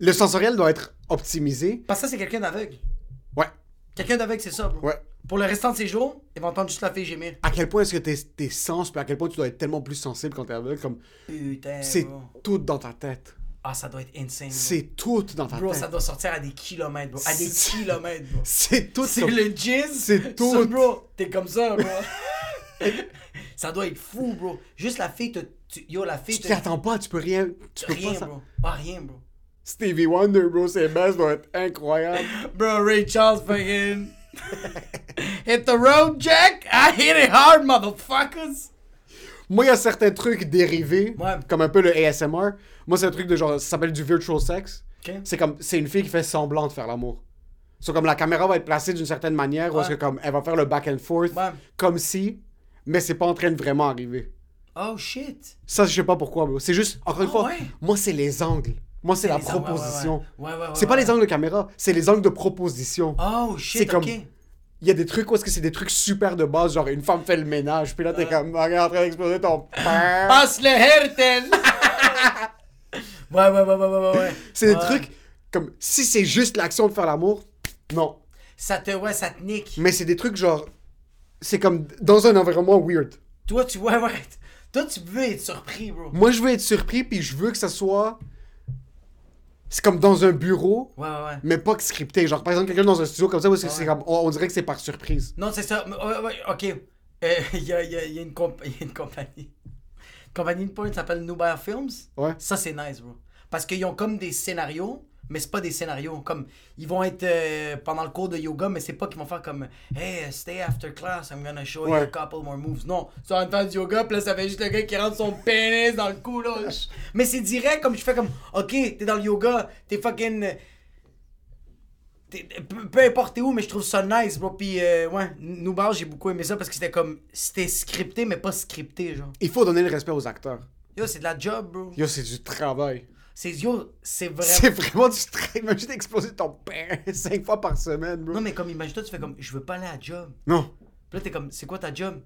Speaker 3: Le sensoriel doit être optimisé.
Speaker 2: Parce que ça, c'est quelqu'un d'aveugle.
Speaker 3: Ouais.
Speaker 2: Quelqu'un d'aveugle, c'est ça, bro.
Speaker 3: Ouais.
Speaker 2: Pour le restant de ses jours, il va entendre juste la fille gémir.
Speaker 3: À quel point est-ce que tes, tes sens, puis à quel point tu dois être tellement plus sensible quand t'es aveugle, comme...
Speaker 2: Putain,
Speaker 3: C'est
Speaker 2: bro.
Speaker 3: tout dans ta tête.
Speaker 2: Ah, ça doit être insane, bro.
Speaker 3: C'est tout dans ta
Speaker 2: Bro,
Speaker 3: tête.
Speaker 2: ça doit sortir à des kilomètres, bro. À des
Speaker 3: C'est-
Speaker 2: kilomètres, bro.
Speaker 3: C'est tout.
Speaker 2: C'est
Speaker 3: sur-
Speaker 2: le jizz.
Speaker 3: c'est tout.
Speaker 2: Ça, bro, t'es comme ça, bro. ça doit être fou, bro. Juste la fille te. tu- yo, la fille
Speaker 3: Tu
Speaker 2: te.
Speaker 3: t'y attends pas, tu peux rien. Tu peux
Speaker 2: Rien,
Speaker 3: pas ça.
Speaker 2: bro. Pas rien, bro.
Speaker 3: Stevie Wonder, bro, ses basses doivent être incroyables.
Speaker 2: Bro, Ray Charles fucking. hit the road, Jack. I hit it hard, motherfuckers.
Speaker 3: Moi, il y a certains trucs dérivés,
Speaker 2: Ouais.
Speaker 3: comme un peu le ASMR. Moi, c'est un truc de genre, ça s'appelle du virtual sex.
Speaker 2: Ok.
Speaker 3: C'est comme, c'est une fille qui fait semblant de faire l'amour. C'est comme la caméra va être placée d'une certaine manière, ou est-ce que
Speaker 2: Ouais.
Speaker 3: comme elle va faire le back and forth,
Speaker 2: Ouais.
Speaker 3: comme si, mais c'est pas en train de vraiment arriver.
Speaker 2: Oh shit.
Speaker 3: Ça, je sais pas pourquoi, bro. C'est juste, encore une
Speaker 2: Ah,
Speaker 3: fois,
Speaker 2: ouais.
Speaker 3: moi, c'est les angles. Moi, c'est la
Speaker 2: les angles, ouais, ouais, ouais.
Speaker 3: proposition.
Speaker 2: Ouais, ouais, ouais,
Speaker 3: c'est pas
Speaker 2: ouais.
Speaker 3: les angles de caméra, c'est les angles de proposition.
Speaker 2: Oh
Speaker 3: C'est
Speaker 2: shit,
Speaker 3: comme-
Speaker 2: ok.
Speaker 3: Il y a des trucs où est-ce que c'est des trucs super de base, genre une femme fait le ménage, puis là t'es comme, regarde, en train d'exploser ton père.
Speaker 2: Passe le Hertel. ouais, ouais, ouais, ouais, ouais, ouais.
Speaker 3: C'est des
Speaker 2: Ouais.
Speaker 3: trucs comme, si c'est juste l'action de faire l'amour, non.
Speaker 2: Ça te, ouais, ça te nique.
Speaker 3: Mais c'est des trucs genre, c'est comme dans un environnement weird.
Speaker 2: Toi, tu. Ouais, ouais. Toi, tu veux être surpris, bro.
Speaker 3: Moi je veux être surpris, puis je veux que ça soit. C'est comme dans un bureau,
Speaker 2: Ouais, ouais, ouais.
Speaker 3: mais pas que scripté. Genre par exemple, quelqu'un dans un studio comme ça, où est-ce que c'est comme, oh, on, on dirait que c'est par surprise.
Speaker 2: Non, c'est ça. mais- ouais, ouais, ok. Euh, Il y, a, il y a- il y a une comp- il y a une compagnie. Une compagnie de porn qui s'appelle Nuber Films.
Speaker 3: Ouais.
Speaker 2: Ça, c'est nice, bro. Parce qu'ils ont comme des scénarios, mais c'est pas des scénarios. Comme, ils vont être euh, pendant le cours de yoga, mais c'est pas qu'ils vont faire comme Hey, stay after class, I'm gonna show you
Speaker 3: Ouais.
Speaker 2: a couple more moves. Non, ils sont en train de yoga, puis là, ça fait juste le gars qui rentre son pénis dans le cou, là. mais c'est direct, comme je fais comme Ok, t'es dans le yoga, t'es fucking. euh, T'es- peu, peu importe t'es où, mais je trouve ça nice, bro. Puis, euh, ouais, Nubar, j'ai beaucoup aimé ça parce que c'était comme. C'était scripté, mais pas scripté, genre.
Speaker 3: Il faut donner le respect aux acteurs.
Speaker 2: Yo, c'est de la job, bro.
Speaker 3: Yo, c'est du travail.
Speaker 2: C'est yo, c'est
Speaker 3: C'est
Speaker 2: vraiment.
Speaker 3: vraiment du travail. Imagine exploser ton père cinq fois par semaine, bro.
Speaker 2: Non, mais comme, imagine-toi, tu fais comme, je veux pas aller à job.
Speaker 3: Non.
Speaker 2: Puis là, t'es comme, c'est quoi ta job?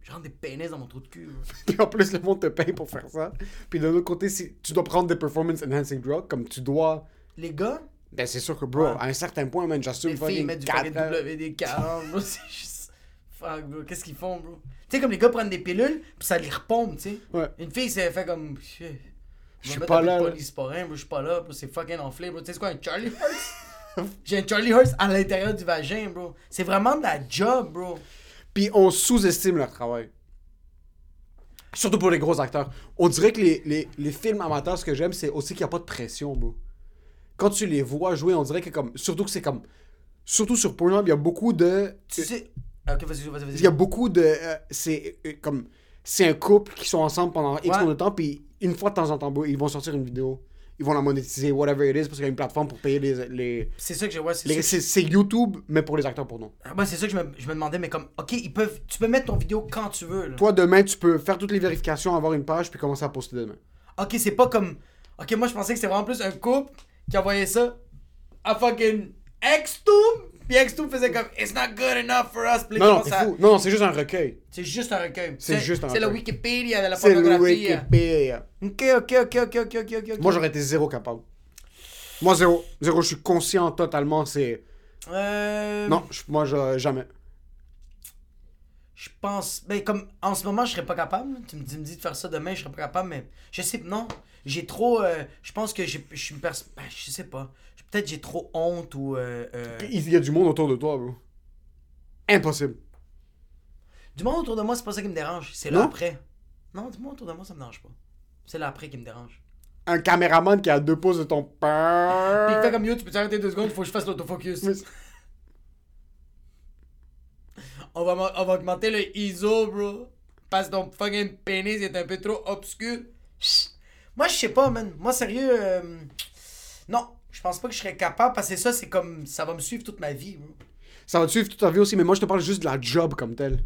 Speaker 2: Je rentre des pénis dans mon trou de cul, bro.
Speaker 3: Puis en plus, le monde te paye pour faire ça. Puis d'un autre côté, si tu dois prendre des performance enhancing drugs, comme tu dois.
Speaker 2: Les gars,
Speaker 3: Ben, c'est sûr que, bro, à un certain point, man,
Speaker 2: les
Speaker 3: j'assume
Speaker 2: filles
Speaker 3: fucking
Speaker 2: mettent du
Speaker 3: quatre
Speaker 2: fucking
Speaker 3: ans.
Speaker 2: WD-40, bro. C'est juste. Fuck, bro. Qu'est-ce qu'ils font, bro? Tu sais, comme les gars prennent des pilules, puis ça les repompe, tu sais.
Speaker 3: Ouais.
Speaker 2: Une fille, c'est fait comme. Shit.
Speaker 3: Je suis pas là, là.
Speaker 2: Je suis pas là, bro. C'est fucking enflé, bro. Tu sais, c'est quoi un Charlie Horse? J'ai un Charlie Horse à l'intérieur du vagin, bro. C'est vraiment de la job, bro.
Speaker 3: Puis on sous-estime leur travail. Surtout pour les gros acteurs. On dirait que les, les, les films amateurs, ce que j'aime, c'est aussi qu'il n'y a pas de pression, bro. Quand tu les vois jouer, on dirait que comme. Surtout que c'est comme. Surtout sur Pornhub, il y a beaucoup de.
Speaker 2: Tu sais. Ok, vas-y, vas-y, vas-y.
Speaker 3: Il y a beaucoup de. euh, c'est euh, comme. C'est un couple qui sont ensemble pendant X
Speaker 2: Ouais.
Speaker 3: nombre de temps, puis une fois de temps en temps, bro, ils vont sortir une vidéo. Ils vont la monétiser, whatever it is, parce qu'il y a une plateforme pour payer les. les,
Speaker 2: C'est ça que j'ai. Ouais, c'est ça.
Speaker 3: les- c'est c'est YouTube, mais pour les acteurs pour nous.
Speaker 2: Ah, Moi, c'est ça que je me, je me demandais, mais comme, ok, ils peuvent. Tu peux mettre ton vidéo quand tu veux, là.
Speaker 3: Toi, demain, tu peux faire toutes les vérifications, avoir une page, puis commencer à poster demain.
Speaker 2: Ok, c'est pas comme. Ok, moi, je pensais que c'était vraiment plus un couple qui envoyait ça à fucking Extoom. Puis Extoom faisait comme It's not good enough for us. Puis là,
Speaker 3: Non, non,
Speaker 2: commence
Speaker 3: c'est
Speaker 2: à-
Speaker 3: fou. Non, non, c'est juste un recueil.
Speaker 2: C'est juste un recueil.
Speaker 3: C'est juste un
Speaker 2: C'est la
Speaker 3: recueil.
Speaker 2: Wikipédia de la
Speaker 3: C'est le
Speaker 2: pornographie. hein.
Speaker 3: Wikipédia.
Speaker 2: Ok, ok, ok, ok, ok, ok, ok.
Speaker 3: Moi, j'aurais été zéro capable. Moi, zéro. Zéro, je suis conscient totalement, c'est...
Speaker 2: Euh...
Speaker 3: Non, je- moi, je- jamais.
Speaker 2: Je pense. Ben, comme en ce moment, je serais pas capable. là. Tu me dis, me dis de faire ça demain, je serais pas capable, mais je sais. Non. J'ai trop. euh, je pense que j'ai- je suis une personne. Ben, je sais pas. Peut-être j'ai trop honte ou. euh, euh,
Speaker 3: Il y a du monde autour de toi, bro. Impossible.
Speaker 2: Du monde autour de moi, c'est pas ça qui me dérange. C'est
Speaker 3: Non?
Speaker 2: l'après. Non, du monde autour de moi, ça me dérange pas. C'est l'après qui me dérange.
Speaker 3: Un caméraman qui a deux pouces de ton
Speaker 4: Puis il fait
Speaker 3: père...
Speaker 4: comme yo, tu peux t'arrêter deux secondes, faut que je fasse l'autofocus.
Speaker 3: Oui.
Speaker 4: On va, mo- on va augmenter le ISO, bro. Parce que ton fucking pénis est un peu trop obscur.
Speaker 2: Moi, je sais pas, man. Moi, sérieux. euh, Non, je pense pas que je serais capable parce que ça, c'est comme. Ça va me suivre toute ma vie, bro.
Speaker 3: Ça va te suivre toute ta vie aussi, mais moi, je te parle juste de la job comme telle.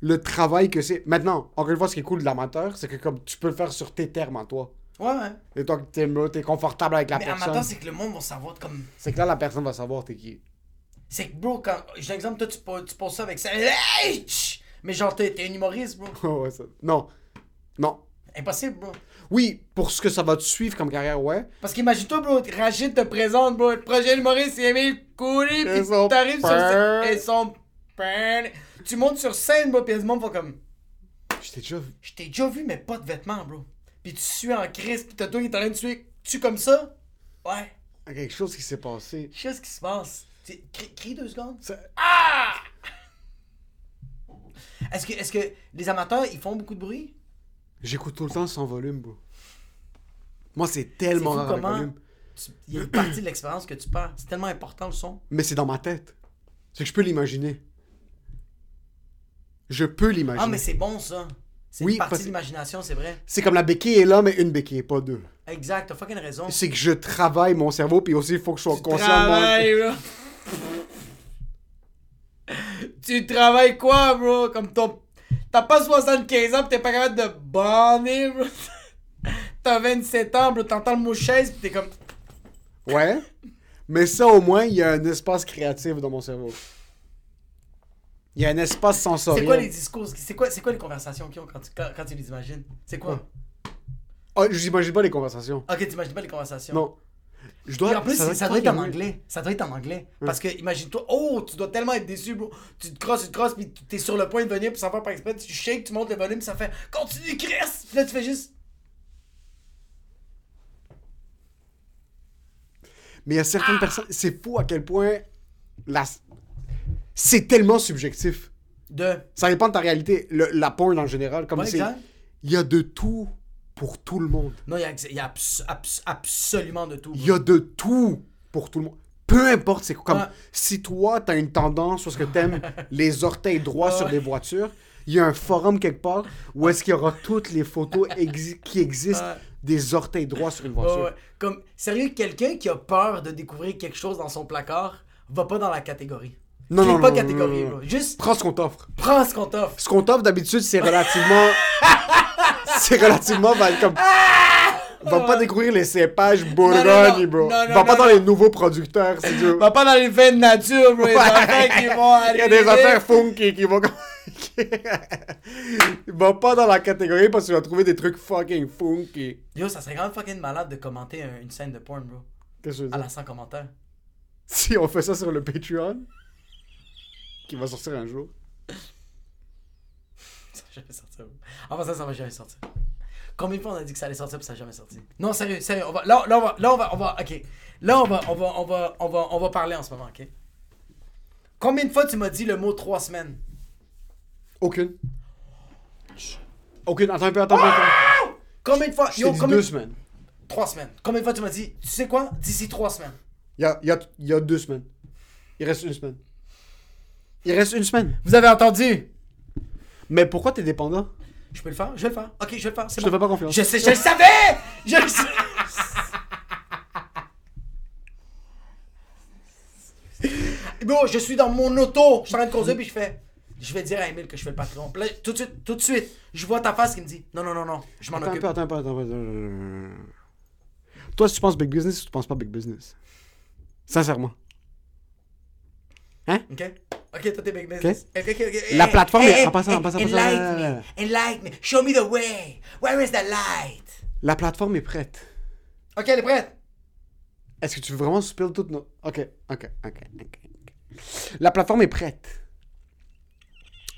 Speaker 3: Le travail que c'est. Maintenant, encore une fois, ce qui est cool de l'amateur, c'est que comme tu peux le faire sur tes termes à toi.
Speaker 2: Ouais, ouais.
Speaker 3: Et toi, t'es, t'es confortable avec la
Speaker 2: Mais en
Speaker 3: personne.
Speaker 2: même temps, c'est que le monde va savoir comme.
Speaker 3: c'est que là, la personne va savoir t'es qui.
Speaker 2: C'est que, bro, quand. J'ai un exemple, toi, tu, poses- tu poses ça avec ça. Hey, tch! Mais genre, t'es t'es un humoriste, bro.
Speaker 3: Ouais, ça- Non. Non.
Speaker 2: Impossible, bro.
Speaker 3: Oui, pour ce que ça va te suivre comme carrière, ouais.
Speaker 2: Parce qu'imagine-toi, bro, Rachid te présente, bro. Le projet humoriste, c'est Emile Coury,
Speaker 3: Et
Speaker 2: pis
Speaker 3: son
Speaker 2: t'arrives sur
Speaker 3: père.
Speaker 2: scène. Et son père. Tu montes sur scène, bro, pis le monde va comme.
Speaker 3: J'étais déjà vu.
Speaker 2: Je t'ai déjà vu, mais pas de vêtements, bro. Pis tu suis en crise, pis t'as toi qui est en train de tuer. Tu comme ça? Ouais.
Speaker 3: Il y a quelque chose qui s'est passé.
Speaker 2: Je sais ce qui se passe. Tu- Crie, crie deux secondes.
Speaker 3: Ça-
Speaker 2: Est-ce que, est-ce que les amateurs, ils font beaucoup de bruit?
Speaker 3: J'écoute tout le temps sans volume, bro. Moi, c'est
Speaker 2: C'est fou
Speaker 3: tellement rare le
Speaker 2: comment
Speaker 3: volume.
Speaker 2: tu- il y a une partie de l'expérience que tu perds. C'est tellement important le son.
Speaker 3: Mais c'est dans ma tête. C'est que je peux l'imaginer. Je peux l'imaginer.
Speaker 2: Ah, mais c'est bon ça. C'est
Speaker 3: Oui,
Speaker 2: une partie
Speaker 3: parce-
Speaker 2: de l'imagination, c'est vrai.
Speaker 3: C'est comme la béquille est là, mais une béquille, pas deux.
Speaker 2: Exact, t'as fucking raison.
Speaker 3: C'est que je travaille mon cerveau, puis aussi, il faut que je sois conscient de
Speaker 4: Travail, bro. tu travailles quoi, bro? Comme ton. T'as pas 75 ans pis t'es pas capable de banner, bro. T'as 27 ans, bro. T'entends le mot chaise pis t'es comme.
Speaker 3: mon... Ouais. Mais ça, au moins, il y a un espace créatif dans mon cerveau. Il y a un espace sensoriel.
Speaker 2: C'est quoi les discours? C'est quoi, c'est quoi les conversations qu'ils ont quand tu, quand, quand tu les imagines? C'est quoi?
Speaker 3: Ah, je n'imagine pas les conversations.
Speaker 2: Ok, t'imagines pas les conversations.
Speaker 3: Non. Je
Speaker 2: Puis
Speaker 3: dois...
Speaker 2: en plus, ça doit,
Speaker 3: être
Speaker 2: être en
Speaker 3: fucking weird.
Speaker 2: anglais. Ça doit être en anglais. Parce que, imagine-toi, oh, tu dois tellement être déçu, bro. Tu te crosses, tu te crosses, puis tu- t'es sur le point de venir, puis sans faire par exprès, tu shakes, tu montes le volume, ça fait continue, Chris! Puis là, tu fais juste.
Speaker 3: Mais il y a certaines personnes, c'est fou à quel point la... c'est tellement subjectif.
Speaker 2: De.
Speaker 3: Ça dépend de ta réalité. Le- la porn en général, comme
Speaker 2: Ouais,
Speaker 3: c'est,
Speaker 2: exact.
Speaker 3: il y a de tout pour tout le monde.
Speaker 2: Non, il y a, il y a abs- abs- absolument de tout. bro.
Speaker 3: Il y a de tout pour tout le monde. Peu importe, c'est comme
Speaker 2: Ouais.
Speaker 3: si toi t'as une tendance sur ce que t'aimes, les orteils droits sur les voitures. Il y a un forum quelque part où est-ce qu'il y aura toutes les photos exi- qui existent des orteils droits sur une voiture.
Speaker 2: Ouais, ouais. Comme, sérieux, quelqu'un qui a peur de découvrir quelque chose dans son placard va pas dans la catégorie.
Speaker 3: Non,
Speaker 2: Crée
Speaker 3: non,
Speaker 2: pas
Speaker 3: non, non,
Speaker 2: catégorie,
Speaker 3: non, non.
Speaker 2: bro. Juste
Speaker 3: Prends ce qu'on t'offre.
Speaker 2: prends ce qu'on t'offre.
Speaker 3: Ce qu'on t'offre d'habitude, c'est relativement. c'est relativement. val- comme... Va pas découvrir les cépages Bourgogne,
Speaker 4: Ah! non, non,
Speaker 3: bro.
Speaker 4: non,
Speaker 3: Va pas
Speaker 4: non,
Speaker 3: dans les nouveaux producteurs, c'est dur.
Speaker 4: Va pas dans les faits de nature, bro. Les enfants qui vont
Speaker 3: Il
Speaker 4: arriver.
Speaker 3: y a des affaires funky qui vont. Va pas dans la catégorie parce que tu vas trouver des trucs fucking funky.
Speaker 2: Yo, ça serait quand même fucking malade de commenter un- une scène de porn, bro.
Speaker 3: Qu'est-ce que je veux
Speaker 2: À
Speaker 3: dire?
Speaker 2: la 100 commentaires.
Speaker 3: Si on fait ça sur le Patreon, qui va sortir un jour.
Speaker 2: Ça va jamais sortir, bro. Enfin, ça, ça va jamais sortir. Combien de fois on a dit que ça allait sortir puis ça n'a jamais sorti? Non, sérieux, sérieux. On va, là, là, on va, là, on va, on va, ok. Là, on va, on va, on va, on va, on va parler en ce moment, ok? Combien de fois tu m'as dit le mot trois semaines?
Speaker 3: Aucune. Aucune. Attends un peu, attends un peu.
Speaker 4: Oh!
Speaker 3: attends.
Speaker 2: Combien de fois?
Speaker 3: Je
Speaker 2: yo,
Speaker 3: t'ai dit
Speaker 2: combien-
Speaker 3: deux semaines.
Speaker 2: Trois semaines. Combien de fois tu m'as dit, tu sais quoi? D'ici trois semaines.
Speaker 3: Il y a, il y a- il y a deux semaines. Il reste une semaine. Il reste une semaine.
Speaker 2: Vous avez entendu?
Speaker 3: Mais pourquoi t'es dépendant
Speaker 2: Je peux le faire? Je vais le faire. Ok, je vais le faire. c'est
Speaker 3: Je te
Speaker 2: bon.
Speaker 3: fais pas confiance.
Speaker 2: Je sais, je le savais! Je le savais! Bro, je suis dans mon auto, je suis en train de conduire, puis je fais. Je vais dire à Emile que je fais le patron. Puis là, tout de suite, tout de suite, je vois ta face qui me dit Non, non, non, non, je m'en
Speaker 3: Attends un
Speaker 2: occupe.
Speaker 3: peu, attends un peu, attends un peu. attends. Toi, si tu penses big business ou tu penses pas big business Sincèrement.
Speaker 2: Ok? Ok, toi, t'es big business. Ok, ok, ok.
Speaker 3: La
Speaker 2: Hey,
Speaker 3: plateforme
Speaker 2: hey,
Speaker 3: est-
Speaker 2: hey,
Speaker 3: en passant, en passant, en passant,
Speaker 2: Enlight
Speaker 3: là, là, là,
Speaker 2: me, enlight me, show me the way. Where is the light?
Speaker 3: La plateforme est prête.
Speaker 2: Ok, elle est prête?
Speaker 3: Est-ce que tu veux vraiment spill toutes nos. Ok, ok, ok, ok. ok. La plateforme est prête.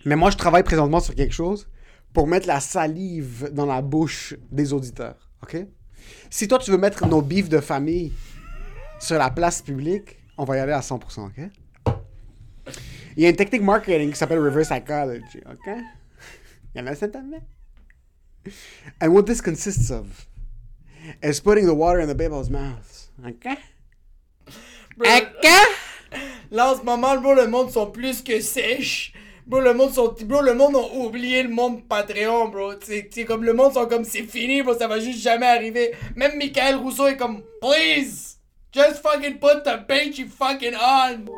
Speaker 3: Mais moi, je travaille présentement sur quelque chose pour mettre la salive dans la bouche des auditeurs. Ok? Si toi, tu veux mettre nos bifs de famille sur la place publique, on va y aller à 100%. Ok? Il y a une technique marketing qui s'appelle reverse psychology. Ok? Il y en a certainement. And what this consists of is putting the water in the baby's mouth. Okay? Okay?
Speaker 4: Là, en ce moment, bro, le monde sont plus que sèches. Bro, le monde sont... Bro, le monde ont oublié le monde Patreon, bro. C'est c'est comme le monde sont comme, c'est fini, bro, ça va juste jamais arriver. Même Michael Rousseau est comme, please, just fucking put the page you fucking on.